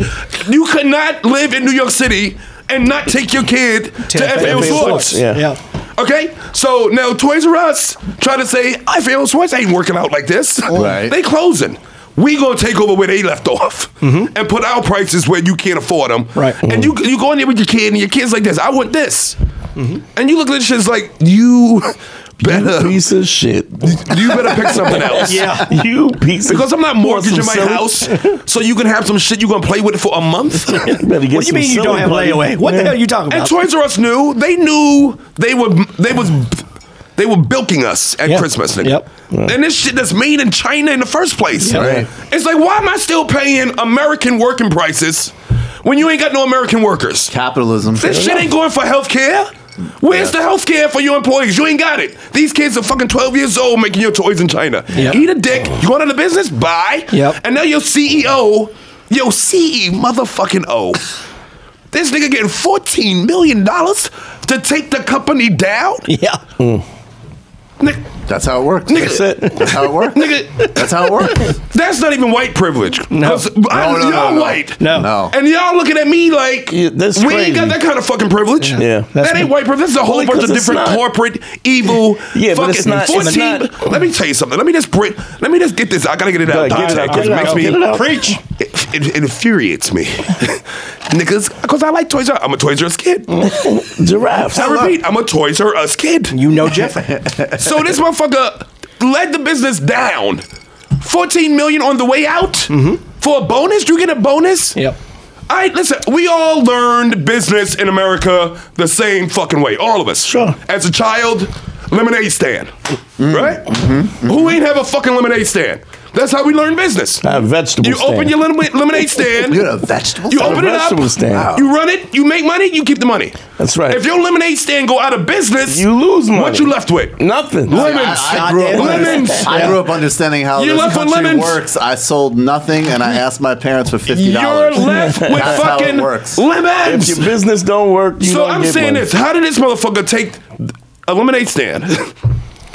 A: You could not live in New York City and not take your kid to, FAO Schwartz.
E: Yeah.
F: Yeah.
A: Okay, so now Toys R Us trying to say FAO Schwartz ain't working out like this.
D: Right.
A: they closing. We gonna take over where they left off and put our prices where you can't afford them.
F: Right.
A: And you you go in there with your kid and your kid's like this. I want this. And you look at this shit's like you better
E: You piece of shit.
A: you better pick something else.
F: Yeah.
E: You piece of
A: Because I'm not
E: You want
A: mortgaging
E: some
A: my
E: silly-
A: house so you can have some shit you gonna play with for a month.
E: You better get
F: What do you
E: some
F: mean you don't
E: silly
F: have
E: money.
F: layaway? What the
E: Yeah.
F: hell are you talking
A: and
F: about?
A: Toys R Us knew they knew they were they was they were bilking us at
F: Yep.
A: Christmas, nigga.
F: Yep.
A: And this shit that's made in China in the first place.
F: Yeah. Right.
A: It's like why am I still paying American working prices when you ain't got no American workers?
D: Capitalism.
A: This shit ain't going for healthcare. Where's the health care for your employees? You ain't got it. These kids are fucking 12 years old making your toys in China.
F: Yep.
A: Eat a dick. You going out of business? Bye.
F: Yep.
A: And now your E CEO, your CE E motherfucking O, this nigga getting $14 million to take the company down?
F: yeah.
A: Nigga,
D: That's how it works.
A: Nigga.
D: That's it. That's how it works.
A: nigga,
D: That's how it works.
A: that's not even white privilege.
F: No.
A: 'Cause I-
D: No, no, no,
A: y'all
D: no.
A: white.
F: No.
D: No.
A: And y'all looking at me like
E: Yeah, that's
A: we
E: crazy.
A: ain't got that kind of fucking privilege.
E: Yeah, that's
A: that ain't white privilege. That's a whole
E: Only
A: bunch
E: 'cause
A: of
E: it's
A: different
E: not-
A: corporate evil.
E: Yeah, but
A: fucking
E: it's not- it's
A: fourteen.
E: not-
A: Let me tell you something. Let me just break. Let me just get this. I gotta get it out.
E: Go
A: Get
E: ahead, get
A: it
E: it
A: out.
E: out,
A: Cause it
E: get it
A: makes
E: out,
A: me
E: get it out.
A: preach. It, it infuriates me, niggas, because I like Toys R. I'm a Toys R Us kid.
E: Giraffes.
A: I repeat, I'm a Toys R Us kid.
F: You know Jeffrey.
A: So this motherfucker led the business down. 14 million on the way out
E: Mm-hmm.
A: for a bonus? You get a bonus?
F: Yep.
A: All right, listen, we all learned business in America the same fucking way. All of us.
E: Sure. Mm-hmm.
A: As a child, lemonade stand. Right? Who ain't have a fucking lemonade stand? That's how we learn business.
E: I have vegetable
A: You open
E: stand.
A: your lemon- lemonade stand.
D: You're a vegetable.
A: You
E: a
A: open it up.
E: vegetable stand.
A: You run it. You make money. You keep the money.
E: That's right.
A: If your lemonade stand go out of business,
E: You lose
A: What
E: money.
A: you left with?
E: Nothing.
A: Lemons.
D: I, I grew up
A: Goddamn. Lemons.
D: I grew up understanding how
A: You left
D: this
A: with
D: country
A: lemons.
D: works. I sold nothing, and I asked my parents for fifty
A: You're
D: dollars.
A: left with
D: That's how it
A: fucking
D: works.
E: If
A: lemons.
E: your business don't work, you
A: so
E: don't
A: I'm
E: get
A: saying
E: money.
A: this: How did this motherfucker take a lemonade stand,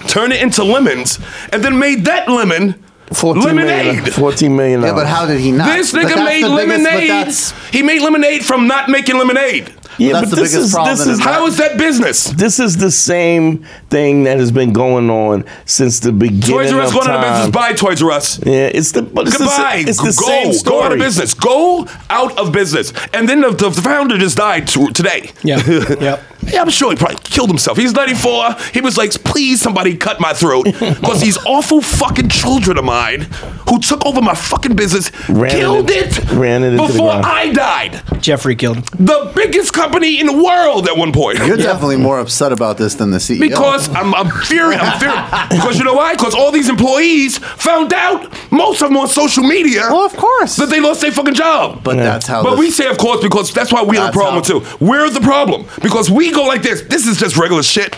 A: turn it into lemons, and then made that lemon
E: 14 million-
A: lemonade?
E: 14 million
D: Yeah, but how did he not?
A: This
D: But
A: nigga
D: that's
A: made
D: the biggest- but
A: lemonade.
D: that's-
A: he made lemonade from not making lemonade.
E: Yeah,
D: That's
E: but
D: the
E: this
D: biggest
E: is
D: problem
E: this
D: in
E: is
D: America.
A: How is that business?
E: this is the same thing that has been going on since the beginning
A: Toys R Us
E: of
A: going
E: time.
A: out of business. Buy Toys R Us.
E: Yeah, it's the but it's
A: Goodbye.
E: The, it's the
A: go,
E: same story.
A: go out of business. Go out of business. And then the, the founder just died t- today.
F: Yeah. Yep.
A: Yeah, I'm sure he probably killed himself. He's 94. He was like, please, somebody cut my throat. Because these awful fucking children of mine who took over my fucking business
E: Ran it
A: killed
E: in-
A: it,
E: ran it into the
A: before
E: ground.
A: I died.
F: Jeffrey killed him.
A: The biggest company in the world at one point.
D: You're definitely more upset about this than the E CEO.
A: Because I'm, I'm furious. I'm furious. because you know why? Because all these employees found out, most of them on social media,
D: well, Oh, of course.
A: that they lost their fucking job.
D: but that's how.
A: But
D: this-
A: we say, of course, because that's why we are the
D: That's
A: problem
D: how-
A: too. We're the problem because we go like this. This is just regular shit.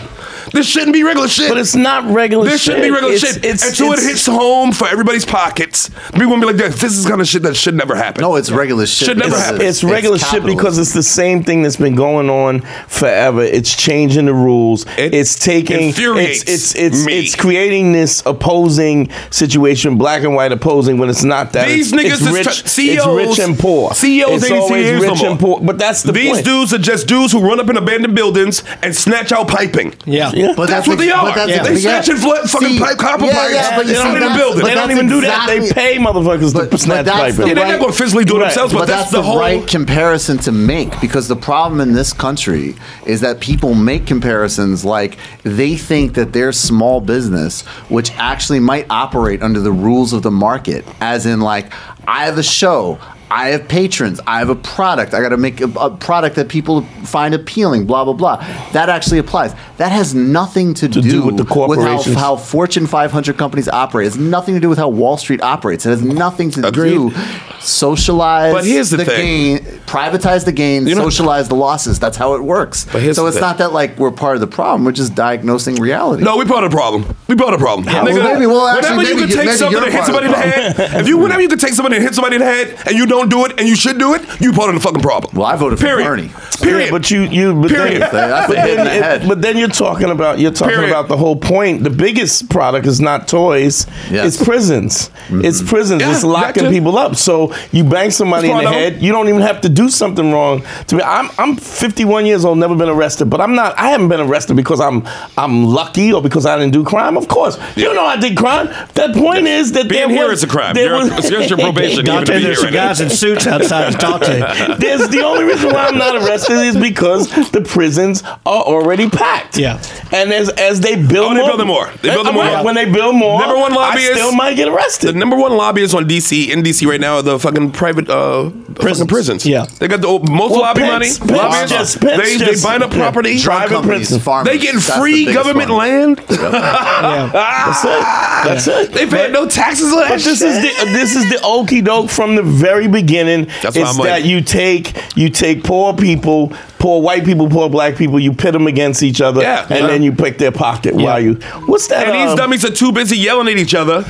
A: This shouldn't be regular shit.
E: But it's not regular.
A: This
E: shit.
A: shouldn't be regular
E: It's-
A: shit.
E: It's,
A: Until
E: it's-
A: it hits home for everybody's pockets, people will be like, "This is kind of shit that should never happen."
D: no, it's regular shit.
A: Should never
D: because
A: happen.
E: It's regular shit
D: capitalism.
E: because it's the same thing that's been going on forever. It's changing the rules.
A: It
E: it's taking
A: infuriates
E: it's it's it's,
A: me.
E: it's creating this opposing situation, black and white opposing when it's not that.
A: These
E: it's,
A: niggas
E: it's
A: is
E: rich,
A: tr- E
E: it's
A: CEOs
E: rich and poor.
A: CEOs
E: it's
A: E ain't even
E: always
A: CEOs no
E: rich and
A: more.
E: poor. But that's the
A: These
E: point.
A: dudes are just dudes who run up in abandoned buildings and snatch out piping.
F: Yeah.
E: Yeah.
D: But
A: That's what they
D: ex-
A: are.
D: But that's
A: Yeah. They
D: yeah.
A: snatching fl- fucking
D: See,
A: pipe- copper
D: yeah,
A: pipes.
D: Yeah, but
A: They
D: you
A: don't
D: see,
A: even
D: that's-
A: build it.
D: but
E: they don't
D: that's
E: even do that.
D: exactly-
E: They pay motherfuckers
D: But-
E: to
D: but
E: snatch
D: that's
E: paper.
D: the
A: Yeah, they're
D: Right.
A: not gonna physically do it
E: Right.
A: themselves, but,
D: but
A: that's, the, whole.
D: right comparison to make because the problem in this country is that people make comparisons like they think that their small business, which actually might operate under the rules of the market, as in like I have a show.
C: I have patrons. I have a product. I got to make a, a product that people find appealing. Blah blah blah. That actually applies. That has nothing to,
E: do with the corporations.
C: how, how Fortune 500 companies operate. It has nothing to do with how Wall Street operates. It has nothing to do socialize.
A: But here's the thing.
C: gain, privatize the gains,
A: You know-
C: socialize the losses. That's how it works.
A: But here's
C: so
A: the
C: it's
A: thing.
C: not that like we're part of the problem. We're just diagnosing reality.
A: No, we part of the problem. We part of the problem.
C: well, maybe- well, actually,
A: whenever
C: maybe
A: you can
C: you-
A: take
C: maybe
A: something
C: you're
A: and hit
C: part
A: somebody
C: of
A: in the head, if you whenever you can take somebody and hit somebody in the head, and you don't do it, and you should do it, you part of the fucking problem.
C: Well, I voted for
A: Period.
C: Bernie.
A: Period.
E: Yeah, but you, you, but
A: Period.
E: then,
C: That's
E: but,
C: a hit in
E: then
C: the
E: it-
C: head.
E: but then you're talking about you're talking
A: Period.
E: about the whole point. The biggest product is not toys.
C: Yes.
E: It's prisons. It's prisons.
A: Mm-hmm. Yeah,
E: it's
A: that
E: locking
A: too.
E: people up. So you bang somebody
A: That's
E: in the
A: part of 'em.
E: head. You don't even have to do something wrong. To me, I'm I'm 51 years old, never been arrested, but I'm not. I haven't been arrested because I'm I'm lucky or because I didn't do crime. Of course, you know I did crime. That point is that
A: Being
E: there
A: here
E: was,
A: is a crime.
E: there
A: You're- it's against your probation. Even
F: Dante,
A: if
F: there's
A: you're
F: some
A: in it.
F: guys in suits outside to talk to.
E: There's the only reason why I'm not arrested is because the prisons are already packed.
F: Yeah.
E: And as as they build,
A: Oh, they build them more. They build them
E: Right,
A: more.
E: When they build more,
A: Number one lobby
E: I still
A: is-
E: might get
A: The
E: arrested.
A: number one lobbyist on DC in DC right now are the fucking private uh,
F: Prisons.
A: Fucking prisons.
F: Yeah.
A: they got the most
E: Well,
A: lobby
E: Pence-
A: money.
E: Pence
A: Lobbyists.
E: just- Pence
A: they,
E: just-
A: they buying up
E: yeah.
A: property.
E: Drug
A: Driving.
E: companies,
C: Companies, farmers.
A: They getting
C: That's the
A: free
C: biggest
A: government
C: one.
A: land.
F: Yeah.
E: That's it. That's it.
A: They paying no taxes on that
E: But this
A: shit.
E: is the this is the okey doke from the very beginning.
A: That's why
E: it's
A: I'm like-
E: that you take you take poor people, poor white people, poor black people. You pit them against each other,
A: Yeah.
E: and then you pick their pocket while you. What's that?
A: and these
E: um,
A: dummies are too busy yelling at each other.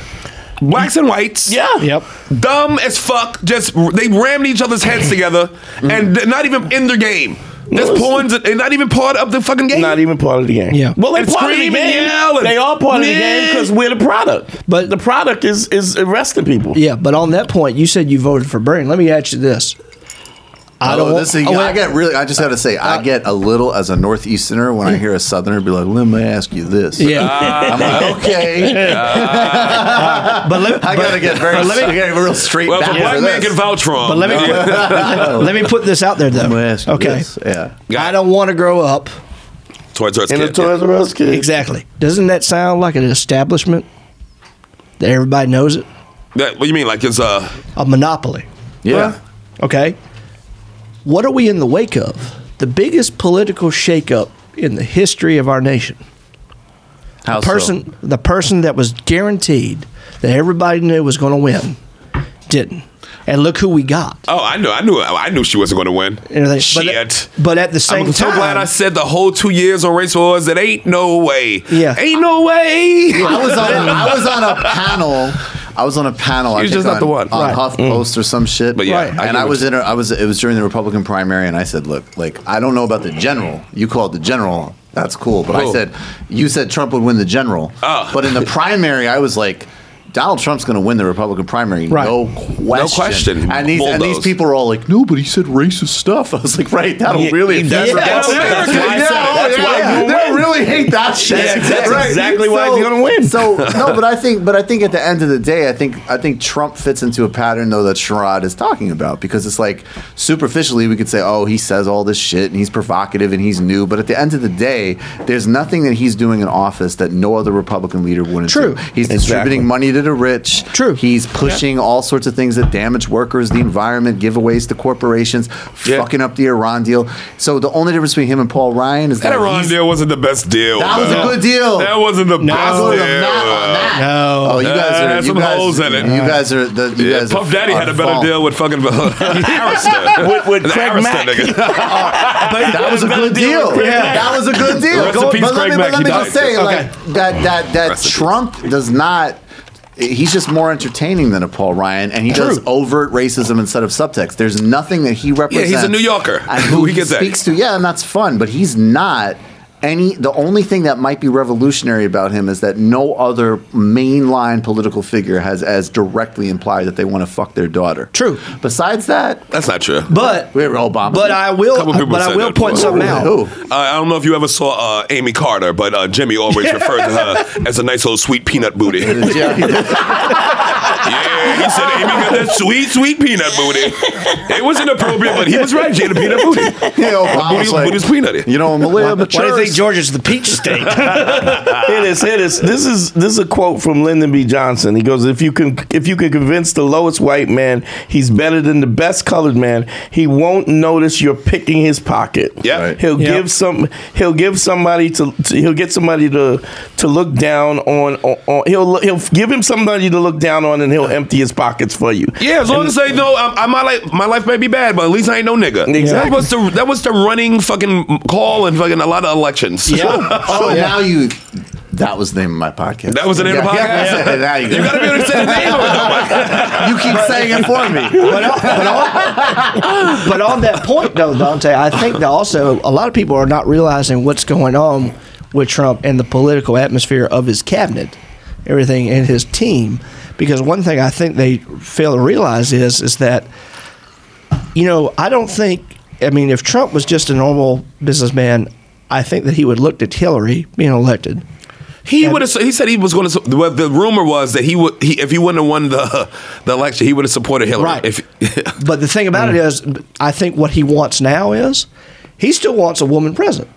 A: Blacks and whites.
E: Yeah.
F: Yep.
A: dumb as fuck. Just they rammed each other's heads together, and they're not even in their game. That's
E: it's-
A: pawns. They're not even part of the fucking game.
E: Not even part of the game.
F: Yeah.
E: Well, they
A: And
E: part of the
A: scream and
E: game.
A: yell and-
E: they are part of the game because we're the product.
F: But-
E: the product is is arresting people.
F: Yeah, but on that point, you said you voted for Bernie. Let me ask you this. I don't
D: Oh,
F: want-
D: this is,
F: oh,
D: I
F: wait.
D: get really. I just had to say,
A: Uh,
D: I get a little as a northeasterner when I hear a southerner be like, "Let me ask you this."
F: Yeah.
D: I'm like, okay.
F: but let,
D: I gotta get very.
F: but let me-
D: I gotta get real straight
A: Well, if
D: back.
A: a
D: for
A: black man
D: this.
A: can vouch for him. uh,
F: But let me let me put this out there though.
D: Let me ask you
F: okay.
D: this. Yeah.
A: Yeah.
F: I don't want to grow up.
A: Toys R Us
E: In the
A: kid, yeah.
E: Toys R Us kid.
F: Exactly. Doesn't that sound like an establishment that everybody knows it?
A: That- What do you mean? Like it's uh,
F: A monopoly.
D: Yeah.
F: Okay. What are we in the wake of? The biggest political shakeup in the history of our nation.
D: How so?
F: Person, the person that was guaranteed that everybody knew was going to win, didn't. And look who we got.
A: oh, I knew, I knew, I knew she wasn't going to win.
F: And everything.
A: Shit.
F: But, at- but at the same
A: I'm so
F: time,
A: glad I said the whole two years on race wars. That ain't no way.
F: Yeah.
A: ain't no way.
D: I was on. A, I was on a panel. I was on a panel. I
A: You're
D: think,
A: just not
D: on,
A: the one. Mm.
D: on
F: Right.
D: HuffPost or some shit.
A: But yeah, Right. I get
D: and I,
A: what
D: was
A: you-
D: in. A, I was. It was during the Republican primary, and I said, "Look, like I don't know about the general. You called the general. That's cool." But I
A: Cool.
D: said, "You said Trump would win the general."
A: Oh.
D: But in the primary, I was like. Donald Trump's going to win the Republican primary,
F: Right.
D: no question.
A: question.
D: And these, and these
A: Bulldoze.
D: people are all like, "No, but he said racist stuff." I was like, "Right, that'll
E: Yeah,
D: really
E: yeah,
D: offend
E: that's-
D: Republicans."
E: that's why I said it. That's why
D: yeah,
E: you
D: they'll
E: win.
D: really hate that shit.
E: That's exactly- exactly why he's gonna win.
D: So no, but I think, but I think at the end of the day, I think I think Trump fits into a pattern though that Sherrod is talking about because it's like superficially we could say, oh, he says all this shit and he's provocative and he's new, but at the end of the day, there's nothing that he's doing in office that no other Republican leader wouldn't
F: True.
D: do. He's distributing money to the rich.
F: True.
D: He's pushing all sorts of things that damage workers, the environment, giveaways to corporations,
A: Yeah.
D: fucking up the Iran deal. So the only difference between him and Paul Ryan is that,
A: That Iran
D: he's-
A: deal wasn't the best deal.
D: That was a
A: though.
D: good deal.
A: That wasn't the best
D: I
A: deal.
D: voted him not on that.
F: No.
D: Oh, you guys
A: Uh,
D: are you
A: some
D: guys,
A: holes in it.
D: You guys are the you
A: Yeah,
D: guys.
A: Puff
D: are,
A: Daddy had
D: are
A: a better
D: fault.
A: deal with fucking Arista.
E: With- with
A: The
E: Craig
A: Arista
E: Mack.
A: nigga.
D: That was a
E: better
D: good
E: deal with
D: deal.
E: Craig
D: Yeah,
E: Mack.
D: that was a good deal.
A: Rest in peace,
D: but let
A: Craig
D: me,
A: Mack.
D: but let
A: He
D: me just
A: died.
D: say,
F: Okay.
D: like that that that
A: Rest in peace.
D: Trump does not. He's just more entertaining than a Paul Ryan, and he does overt racism instead of subtext. There's nothing that he represents.
A: New Yorker.
D: and who
A: We
D: he
A: get that.
D: speaks to. Yeah, and that's fun, but he's not. Any the only thing that might be revolutionary about him is that no other mainline political figure has as directly implied that they want to fuck their daughter.
F: True.
D: Besides that,
A: That's not true.
F: but
D: we were Obama.
F: but I
A: Couple
F: will
A: people
F: but I
A: said
F: will
A: that
F: point
A: before.
F: something out.
D: Who?
A: Uh, I don't know if you ever saw uh, Amy Carter, but uh, Jimmy always referred to her as a nice old sweet peanut booty. yeah, he said Amy got that sweet, sweet peanut booty. It was inappropriate, but he was right. She had a peanut booty.
D: Yeah, Obama's
A: Booty,
D: like,
A: booty's peanutty.
D: You know, Malia
F: Why
D: matures.
F: do you think Georgia is the peach state.
E: Here it is. Here it is. This is this is a quote from Lyndon B. Johnson. He goes, "If you can, if you can convince the lowest white man he's better than the best colored man, he won't notice you're picking his pocket.
A: Yep. Right.
E: he'll
F: Yep.
E: give some. He'll give somebody to, to- He'll get somebody to to look down on. on, on he'll look- he'll give him somebody to look down on, and he'll empty his pockets for you.
A: Yeah, as long as they know I'm, I, my life, my life may be bad, but at least I ain't no nigga.
E: Exactly.
A: That was the that was the running fucking call in fucking a lot of elections.
F: yeah.
C: Oh, now you. That was the name of my podcast.
A: That was the name of the podcast?
C: Yeah, now you,
A: you gotta be able to say the name of it. though, Mike.
C: you keep saying it for me.
F: but, on, but, on, but on that point, though, Dante, I think that also a lot of people are not realizing what's going on with Trump and the political atmosphere of his cabinet, everything, and his team. Because one thing I think they fail to realize is is that, you know, I don't think. I mean, if Trump was just a normal businessman, I think that he would looked at Hillary being elected.
A: He would have. He said he was going to. Well, the rumor was that he would. He, if he wouldn't have won the the election, he would have supported Hillary.
F: Right.
A: If,
F: But the thing about it
A: Mm.
F: is, I think what he wants now is he still wants a woman president.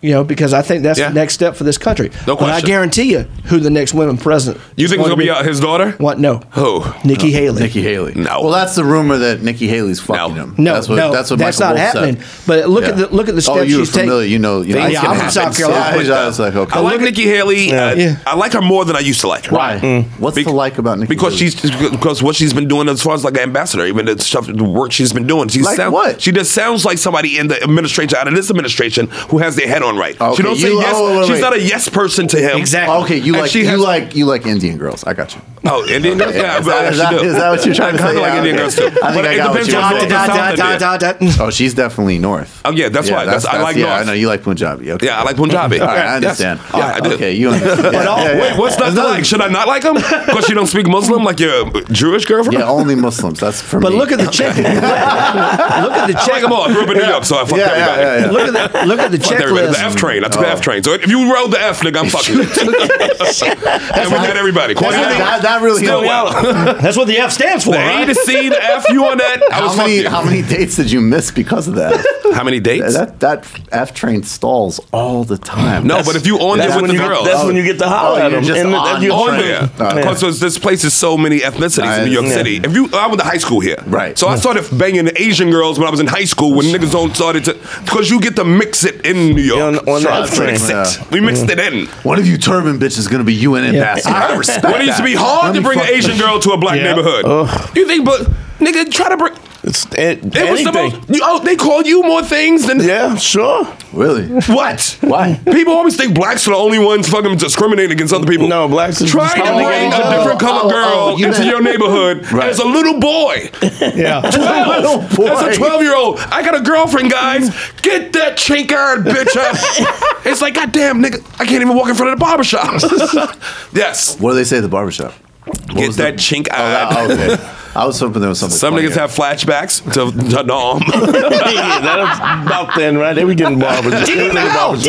F: You know, because I think that's
A: Yeah.
F: the next step for this country.
A: No
F: but I
A: question.
F: guarantee you, who the next women president?
A: you
F: is
A: think it's
F: going
A: gonna be uh, his daughter?
F: What? No.
A: Who?
F: Nikki Haley.
D: Nikki Haley.
A: No.
D: Well, that's the rumor that Nikki Haley's fucking
A: No.
D: him.
F: No,
D: that's what,
F: no,
D: that's what Michael
F: not
D: Wolff said.
F: happening. But look at
D: Yeah.
F: the look at the steps
D: oh, you were
F: she's taking.
D: familiar. You know, you know.
A: Things
F: Yeah,
A: can
F: I'm from
A: happen.
F: South
A: So
F: Carolina.
A: quick,
D: Yeah, I was
A: though.
D: like,
A: I
D: okay.
A: like
D: Look at-
A: Nikki Haley. uh,
F: Yeah.
A: I like her more than I used to like her.
D: Why? What's
A: Bec-
D: the like about Nikki?
A: Mm. Because
D: Haley?
A: she's because what she's been doing as far as like an ambassador, even the stuff, the work she's been doing. She
D: Like
A: sound-
D: what?
A: She just sounds like somebody in the administration, out of this administration, who has their head on right.
D: Okay,
A: she don't say
D: you-
A: yes.
D: oh, wait, wait,
A: she's
D: wait.
A: not a yes person to him.
F: Exactly.
D: Okay, you
A: And
D: like
A: she
D: you
A: has-
D: like you like Indian girls. I got you.
A: Oh, Indian girls. Yeah,
D: Is
A: but I
D: that- is
A: actually
D: that-
A: do.
D: is that what you're trying to
A: I kinda
D: say?
A: like
D: Yeah,
A: Indian
D: okay.
A: girls too.
D: I think
A: But
D: I
A: it
D: got what
A: depends
D: you
A: on
D: want.
A: what
D: Da,
A: the South
F: Da,
A: did.
F: da, da, da.
D: Oh, she's definitely North.
A: Oh, yeah, that's right. That's- I like
D: yeah,
A: North.
D: I know you like Punjabi. Okay.
A: Yeah, I like Punjabi.
D: All right, I
A: Yes.
D: understand.
A: Yeah, I do.
D: Okay, you understand.
A: But
D: Yeah,
A: all-
D: yeah,
A: wait,
D: yeah.
A: what's not to
D: Another-
A: like? Should I not like him? Because she don't speak Muslim like your Jewish girlfriend?
D: Yeah, only Muslims. That's for
F: But
D: me.
F: look at the check. look at the
A: I
F: check.
A: like them all. I grew up in New York, so I fucked
D: Yeah, yeah,
A: everybody.
D: yeah, Oh. yeah.
F: Look at the look at the
A: Fuck everybody. The F
F: checklist.
A: train. I took the F train. So if you rode the F, nigga, I'm fucking. you. and we got everybody.
D: That, that, that really
A: Still
D: helped.
A: well.
F: That's what the F stands for.
A: The A
F: right?
A: to C, the F, you on that? I was
D: How many
A: fucking.
D: how many dates did you miss because of that?
A: How many dates?
D: that that F train stalls all the time.
A: No, but if you on
E: That's
A: there with
E: when
A: the
E: you
A: girls.
E: that's when you get to holler
D: Oh,
E: at
D: you're
E: him.
D: just
E: and
D: on
E: you're
D: the
A: on
D: train. Oh,
A: there.
D: All right.
A: Because there's- this place is so many ethnicities in New York
D: Nice.
A: City. If you, I went to high school here,
D: Right.
A: So I started banging Asian girls when I was in high school when niggas don't started to because you get to mix it in New York.
E: On- on the F train.
A: Mix it.
D: Yeah.
A: We mixed it in.
D: One of you turban bitches gonna be UN ambassador. I respect
A: Well, it used to be
D: that.
A: hard
D: Let
A: to
D: me
A: bring an
D: fuck-
A: Asian girl to a black neighborhood. You think, but nigga, try to bring.
E: It's,
A: It
E: it,
A: was the
E: anything.
A: most. You, oh, they call you more things than
E: yeah, sure.
D: Really?
A: what?
D: Why?
A: People always think blacks are the only ones fucking discriminating against other people.
E: No, blacks are
A: try to
E: discriminating
A: bring
E: against
A: a
E: other
A: different
D: people.
A: color
D: Oh,
A: girl
D: oh, oh, you
A: into
D: meant-
A: your neighborhood
D: Right.
A: as a little boy.
F: Yeah.
A: Twelve.
D: boy.
A: As a twelve-year-old, I got a girlfriend, guys. Get that chink-eyed bitch up. it's like, goddamn, nigga, I can't even walk in front of the barber shop. yes,
D: What do they say at the barbershop? What
A: get
D: was the-
A: that
D: Oh,
A: chink-eyed.
D: that- okay. I was hoping there was something.
A: Some niggas
D: funnier.
A: have flashbacks to, to Nom.
E: yeah, that's about then, right? They were getting barbers. Everything barbers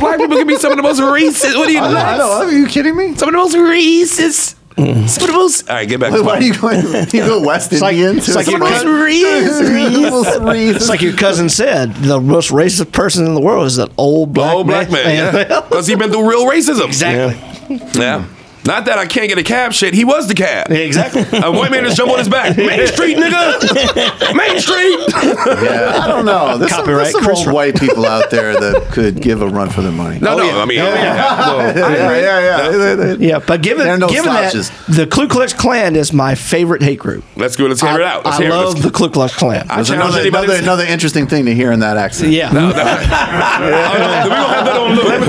A: Black people can be some of the most racist. What do you
D: I know, I know. Are you kidding me?
A: Some of the most racist. Some of the most. All right, get back.
D: Wait,
A: to
D: why are you going? You go West
F: like-
D: Indian?
F: it's like your cousin
D: It's
F: It's like your cousin said, the most racist person in the world is that old black
A: Oh, black man. Because he been through real racism. Yeah. Not that I can't get a cab shit. He was the cab.
F: Exactly.
A: A white man just jumped on his back. Main Street, nigga. Main Street.
D: Yeah, I don't know. There's some,
F: Copyright
D: there's some
F: Chris
D: old
F: Rock.
D: white people out there that could give a run for their money.
A: No, no. I mean,
D: Oh, yeah, yeah, yeah, yeah. They- they-
F: Yeah, but given
D: There are no
F: given
D: slouches.
F: that the Ku Klux Klan is my favorite hate group.
A: let's go. Let's hear it out. Let's
F: I
A: hear
F: love
A: it.
F: the Ku Klux Klan.
A: I
D: There's
A: challenge
D: another,
A: anybody.
D: another, another interesting thing to hear in that accent.
F: yeah.
A: No, no. Oh, no. We're gonna have that on loop.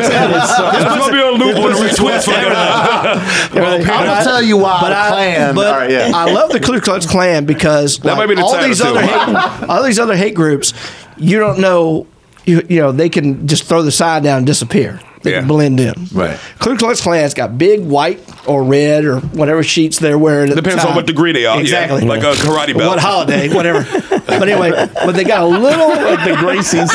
A: It's gonna be on loop on the retweets for that. Well,
D: I will tell you why.
F: But,
D: the
F: I,
D: plan.
F: but
D: all right, yeah.
F: I love the Ku Klux Klan because
A: That
F: like,
A: might be the
F: all
A: title,
F: these
A: too.
F: other hate, all these other hate groups, you don't know, you, you know, they can just throw the sign down and disappear. They
A: Yeah.
F: can blend in.
D: Right.
F: Ku Klux Klan's got big white or red or whatever sheets they're wearing. At the
A: Depends on
F: time.
A: what degree they are, yeah.
F: Exactly.
A: Like a karate belt.
F: What holiday, whatever. but anyway, but they got a little
E: Like the Gracies.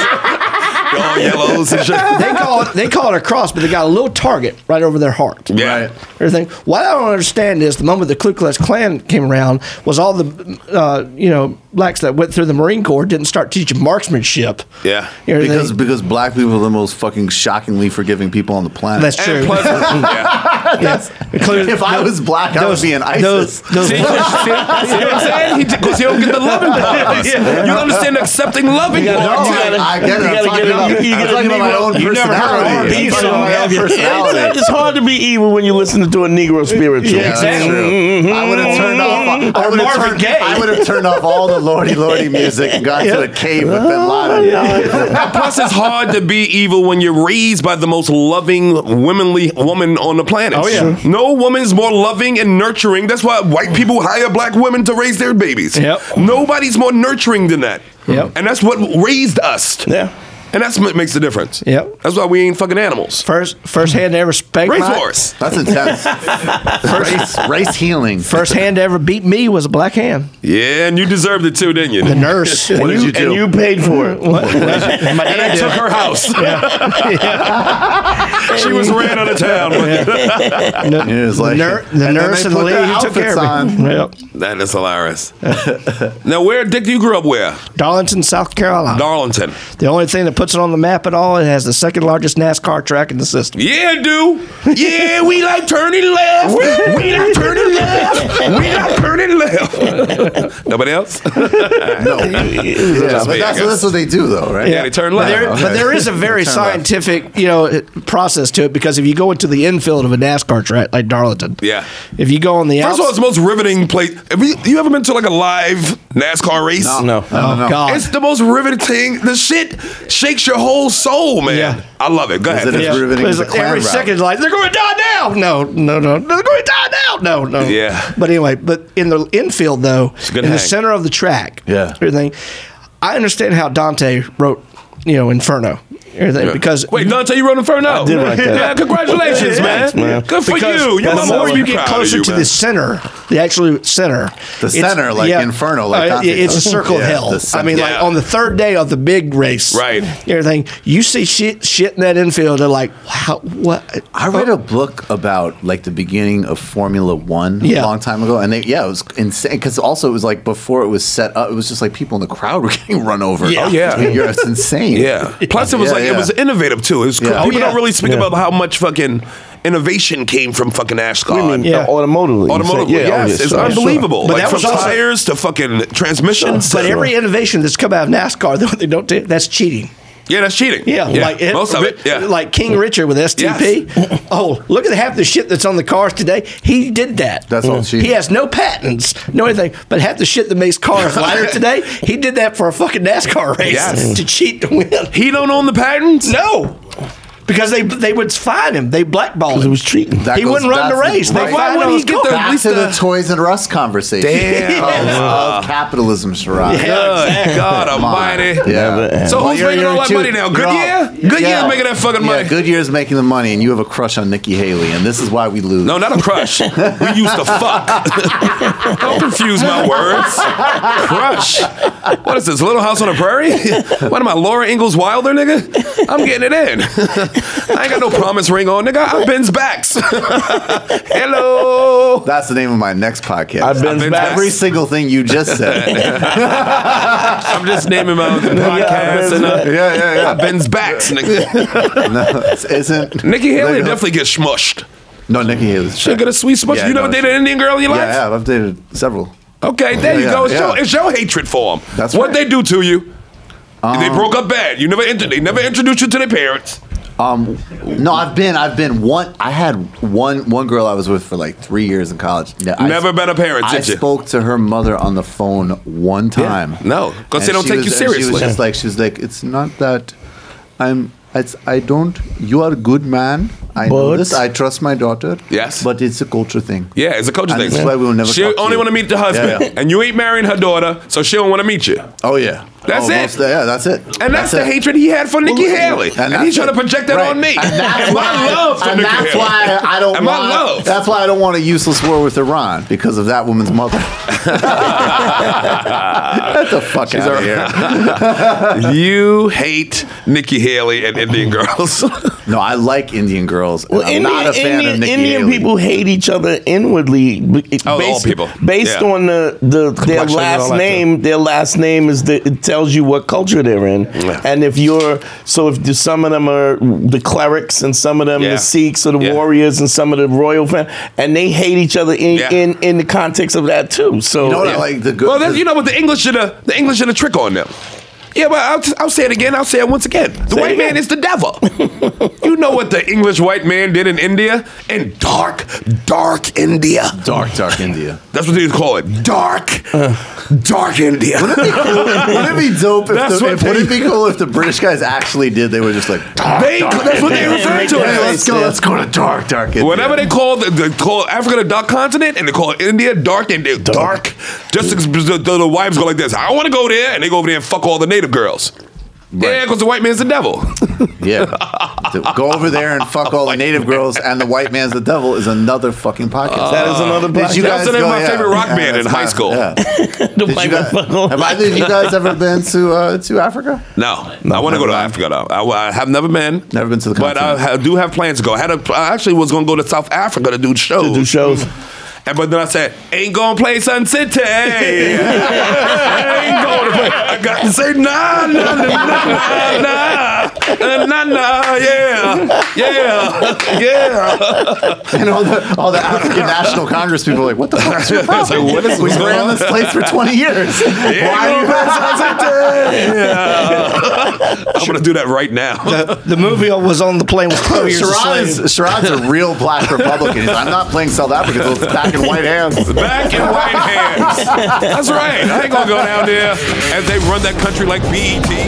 A: all yellows and shit.
F: They call it they call it a cross, but they got a little target right over their heart.
A: Yeah.
F: Everything. What I don't understand is the moment the Ku Klux Klan came around was all the uh, you know blacks that went through the Marine Corps didn't start teaching marksmanship.
A: Yeah.
F: You know, they-
D: Because because black people are the most fucking shockingly forgiving people on the planet.
F: that's true.
A: And plus, yeah.
F: Including-
D: if I was black, I would be an ISIS.
F: those, those,
A: See, see, see what I'm saying? Because you don't get the loving part. Yeah. You don't understand the accepting loving
E: You gotta-
A: part.
E: you
A: too.
E: gotta-
D: I get it.
E: you
D: I'm
E: gotta
D: talking
E: get it
D: about-
E: up. You
D: I'm
E: get a
D: talking about my
E: Negro-
D: own
E: you never heard
D: personality.
E: R&B
D: I'm talking
E: song.
D: about my own
E: Yeah, it's-
D: personality.
E: It's hard to be evil when you listen to a Negro spiritual. Mm-hmm.
D: Yeah, that's true. I would have turned off. I
F: Mm-hmm. Or
D: would have
F: Marvin
D: turned,
F: Gaye.
D: I would have turned off all the lordy lordy music and got to a cave with
F: Oh,
D: Bin Laden.
A: Plus, it's hard to be evil when you're raised by the most loving, womanly woman on the planet. Oh yeah, no woman's more loving and nurturing. That's why white people hire black women to raise their babies.
F: Yep.
A: nobody's more nurturing than that.
F: Yep.
A: and that's what raised us.
E: Yeah.
A: and that's what makes the difference.
F: Yep.
A: that's why we ain't fucking animals.
F: first first hand to ever spank
A: Race
F: my-
A: horse.
D: That's intense. race, race healing.
F: First hand to ever beat me was a black hand.
A: Yeah, and you deserved it too, didn't you?
F: The nurse.
D: What did you
E: And you
D: do?
E: paid for it.
A: and I took her house. she was ran out of town.
D: It was
F: The,
D: like-
F: ner-
D: and
F: the
D: then
F: nurse
D: they
F: and the
D: put their
F: lady who took care
D: outfits
F: of me. Yep.
A: That is hilarious. now, where Dick? You grew up where?
F: Darlington, South Carolina.
A: Darlington.
F: the only thing that puts it on the map at all, it has the second largest NASCAR track in the system.
A: Yeah, dude. Yeah, we like turning left. We like turning left. We like turning left. Nobody else?
D: No. Yeah,
A: me, I
D: but that's,
A: guess.
D: that's what they do, though, right?
A: Yeah, they turn left.
F: But there, but there is a very
D: Turn left.
F: scientific, you know, process to it because if you go into the infield of a NASCAR track like Darlington,
A: Yeah.
F: if you go on the
A: First of all, it's
F: outs-
A: the most riveting place. Have you, you ever been to like a live NASCAR race?
E: No.
F: oh god,
A: It's the most riveting. The shit shakes your whole soul, man.
F: Yeah.
A: I love it. Go
D: Is
A: ahead.
D: it a-
F: Yeah.
D: riveting as a
F: Every
D: clan route.
F: second, is like they're going to die now. No, no, no, they're going to die now. No, no.
A: Yeah.
F: But anyway, but in the infield though,
A: a
F: in
A: good
F: the
A: hang.
F: center of the track,
D: Yeah.
F: everything. I understand how Dante wrote, you know, Inferno, everything because
A: Wait, Dante, you wrote Inferno.
E: did write that.
A: Yeah, congratulations, man.
E: Thanks, man.
A: Good for
E: Because
A: you. Your
E: that's
A: mama
E: how
A: would
E: I-
A: be
F: you get
A: proud
F: closer
A: of you,
F: to
A: man.
F: the center, the actual center. uh,
D: The center, like Inferno, like Dante
F: it's a
D: does.
F: circle of
D: Yeah,
F: hell.
D: the cen-
F: I mean, like
A: yeah.
F: on the third day of the big race,
A: Right.
F: Everything you see shit, shit in that infield. They're like, wow, what?
D: I read a book about like the beginning of Formula One
F: Yeah.
D: a long time ago, and they, yeah, it was insane because also it was like before it was set up, it was just like people in the crowd were getting run over.
A: Yeah. Oh, yeah.
D: I mean, you're- it's insane.
A: Yeah. Plus, it was
D: Yeah,
A: like it
D: yeah.
A: was innovative too. It was cool.
D: Yeah. Oh,
A: people
F: yeah.
A: don't really speak
E: Yeah.
A: about how much fucking innovation came from fucking Ascot.
E: We mean
F: Yeah.
E: the automotive. you
A: Automotive,
E: said.
A: yeah,
E: oh,
A: yes, it's
E: sure, sure.
A: unbelievable.
F: But
A: like
F: that
A: from
F: was also-
A: tires to fucking transmissions.
F: But
A: to-
F: every innovation that's come out of NASCAR, the one they don't do, that's cheating.
A: yeah, that's cheating.
F: Yeah, like it-
A: most of it.
F: Ri-
A: Yeah,
F: like King Richard with STP. Oh, look at half the shit that's on the cars today. He did that.
D: That's all cheating.
F: He has no patents, no anything. But half the shit that makes cars lighter today, he did that for a fucking NASCAR race
A: Yes. Mm.
F: to cheat to win.
A: he don't own the patents.
F: No, because they they would fine him. They blackballed
E: It
F: him.
E: was cheating.
D: That
F: He
D: goes
F: wouldn't run the
D: back to-
F: race. They
D: right.
A: Why
F: fined
A: would
F: him.
A: he get the
D: Back
A: at least
D: to the
A: the-
D: Toys and Us conversation
A: Damn.
D: of, of capitalism, Shiraz.
A: Good God
D: Come on.
A: Almighty.
D: Yeah.
A: So who's
D: you're-
A: making
D: you're
A: all that
D: too-
A: money now?
D: you're all-
A: Goodyear. Goodyear's
D: Yeah.
A: making that fucking
D: Yeah,
A: money.
D: Goodyear's making the money, and you have a crush on Nikki Haley, and this is why we lose.
A: No, not a crush. we used to fuck. Don't confuse my words. Crush. What is this, Little House on the Prairie? what am I, Laura Ingalls Wilder, nigga? I'm getting it in. I ain't got no promise ring on, nigga. I bends backs. Hello.
D: That's the name of my next podcast.
E: I've been
A: been
E: back.
A: back.
D: Every single thing you just said.
A: I'm just naming my podcast and uh,
D: Yeah, yeah, yeah.
A: I bends backs, nigga.
D: no, it isn't.
A: Nikki Haley
D: Like, uh,
A: definitely gets smushed.
D: No, Nikki Haley.
A: She get a sweet smush.
D: Yeah,
A: you never
D: no,
A: dated
D: she-
A: an Indian girl in your
D: Yeah,
A: life?
D: I have. I've dated several.
A: Okay, there you
D: Yeah,
A: go. It's,
D: yeah.
A: your, it's your hatred for them.
D: That's
A: what
D: right.
A: they do to you. they broke up bad. You never int- they never introduced you to their parents.
D: Um, no, I've been, I've been one. I had one, one girl I was with for like three years in college. Ne- I-
A: Never been a parent,
D: I
A: did you?
D: spoke to her mother on the phone one time.
A: No, 'cause they don't
D: And she
A: take you
D: was- and She was
A: seriously.
D: just like, she was like, it's not that I'm. It's, I don't. You are a good man. I know
E: But-
D: this. I trust my daughter.
A: Yes.
D: but it's a culture thing.
A: Yeah, it's a culture
D: And
A: thing.
D: that's why we will never
A: she
D: talk to
A: only
D: you.
A: want to meet the husband,
D: Yeah, yeah.
A: and you ain't marrying her daughter, so she don't want to meet you.
D: Oh yeah,
A: That's
D: Oh,
A: it.
D: most- yeah, that's it.
A: And that's,
C: That's
A: the
C: it.
A: hatred he had for Nikki
C: Well,
A: Haley.
C: and
A: And,
C: that's
A: he's trying to
C: it.
A: project that
C: Right.
A: on me.
C: And that's
A: and my
C: why,
A: love for
C: and
A: Nikki
C: that's
A: Haley.
C: why I don't.
A: And my
C: want,
A: love.
C: That's why I don't want a useless war with Iran because of that woman's mother. Get the fuck
A: She's
C: out
A: our-
C: of here.
A: you hate Nikki Haley and Indian girls.
C: No, I like Indian girls. and I'm not a fan
E: Indian,
C: of Nikki
E: Indian
C: Haley.
E: people hate each other inwardly. b- Based,
A: Oh, all people.
E: Based
A: Yeah.
E: on the, the their
A: Complexion and all
E: last
A: that
E: name. Their last name is the, it tells you what culture they're in.
A: Yeah.
E: And if you're so if the- some of them are the clerics and some of them
A: Yeah.
E: the Sikhs or the
A: Yeah.
E: warriors and some of the royal fam and they hate each other in,
A: Yeah.
E: in, in the context of that too. So
D: You know what
A: Yeah.
D: I like? The good.
A: Well, that's, you know what? The English should have the English should have trick on them. Yeah, but I'll, I'll say it again. I'll say it once again. The
E: it
A: white
E: again.
A: man is the devil. you know what the English white man did in India? In dark, dark India.
D: dark, dark India.
A: That's what they call it. Uh. Dark, dark India.
D: Wouldn't it be dope if,
A: That's
D: the,
A: what
D: if would it
A: they-
D: be cool if the British guys actually did? They were just like,
A: they, that's what they refer to it
D: "Hey,
A: as.
D: let's go, let's go to dark, dark India.
A: Whatever they call the, they call Africa the dark continent, and they call India dark and dark. dark. Just ex- the, the, the wives go like this. I want to go there, and they go over there and fuck all the native girls. Yeah, because the white man's the devil.
D: Yeah. To go over there and fuck all the native girls and the white man's the devil is another fucking podcast.
E: that is another
D: Did you
A: That's
E: podcast.
D: guys
A: the name of
D: go-
A: my favorite rock band
D: that's
A: in high
D: my-
A: school.
D: yeah.
E: The
D: Did
E: white
D: you guys,
E: motherfucker.
D: have either of you guys ever been to uh, to Africa?
A: No, I want to go to Africa though. I, I have never been.
D: Never been to the
A: But I,
D: continent.
A: ha- do have plans to go. I had a, I actually was gonna go to South Africa to do shows. Mm-hmm.
E: do shows.
A: And but then I said, ain't gonna play Sun City. ain't gonna play. I got to say nah, nah, nah, nah, nah, nah, nah, nah, yeah, yeah, yeah.
D: And all the all the African National Congress people are like, what the fuck is your problem?
A: It's like, what is
D: we
A: what's going
D: ran
A: on?
D: this place for 20 years.
A: Why
D: Why are you
A: I'm gonna do that right now.
F: The, the movie I was on the plane with 12 years a
D: Sherrod's,
F: slave.
D: Sherrod's a real black Republican. He's like, I'm not playing South Africa till it's back in white hands.
A: Back in white hands. E That's right. I ain't gonna go down there as they run that country like BET.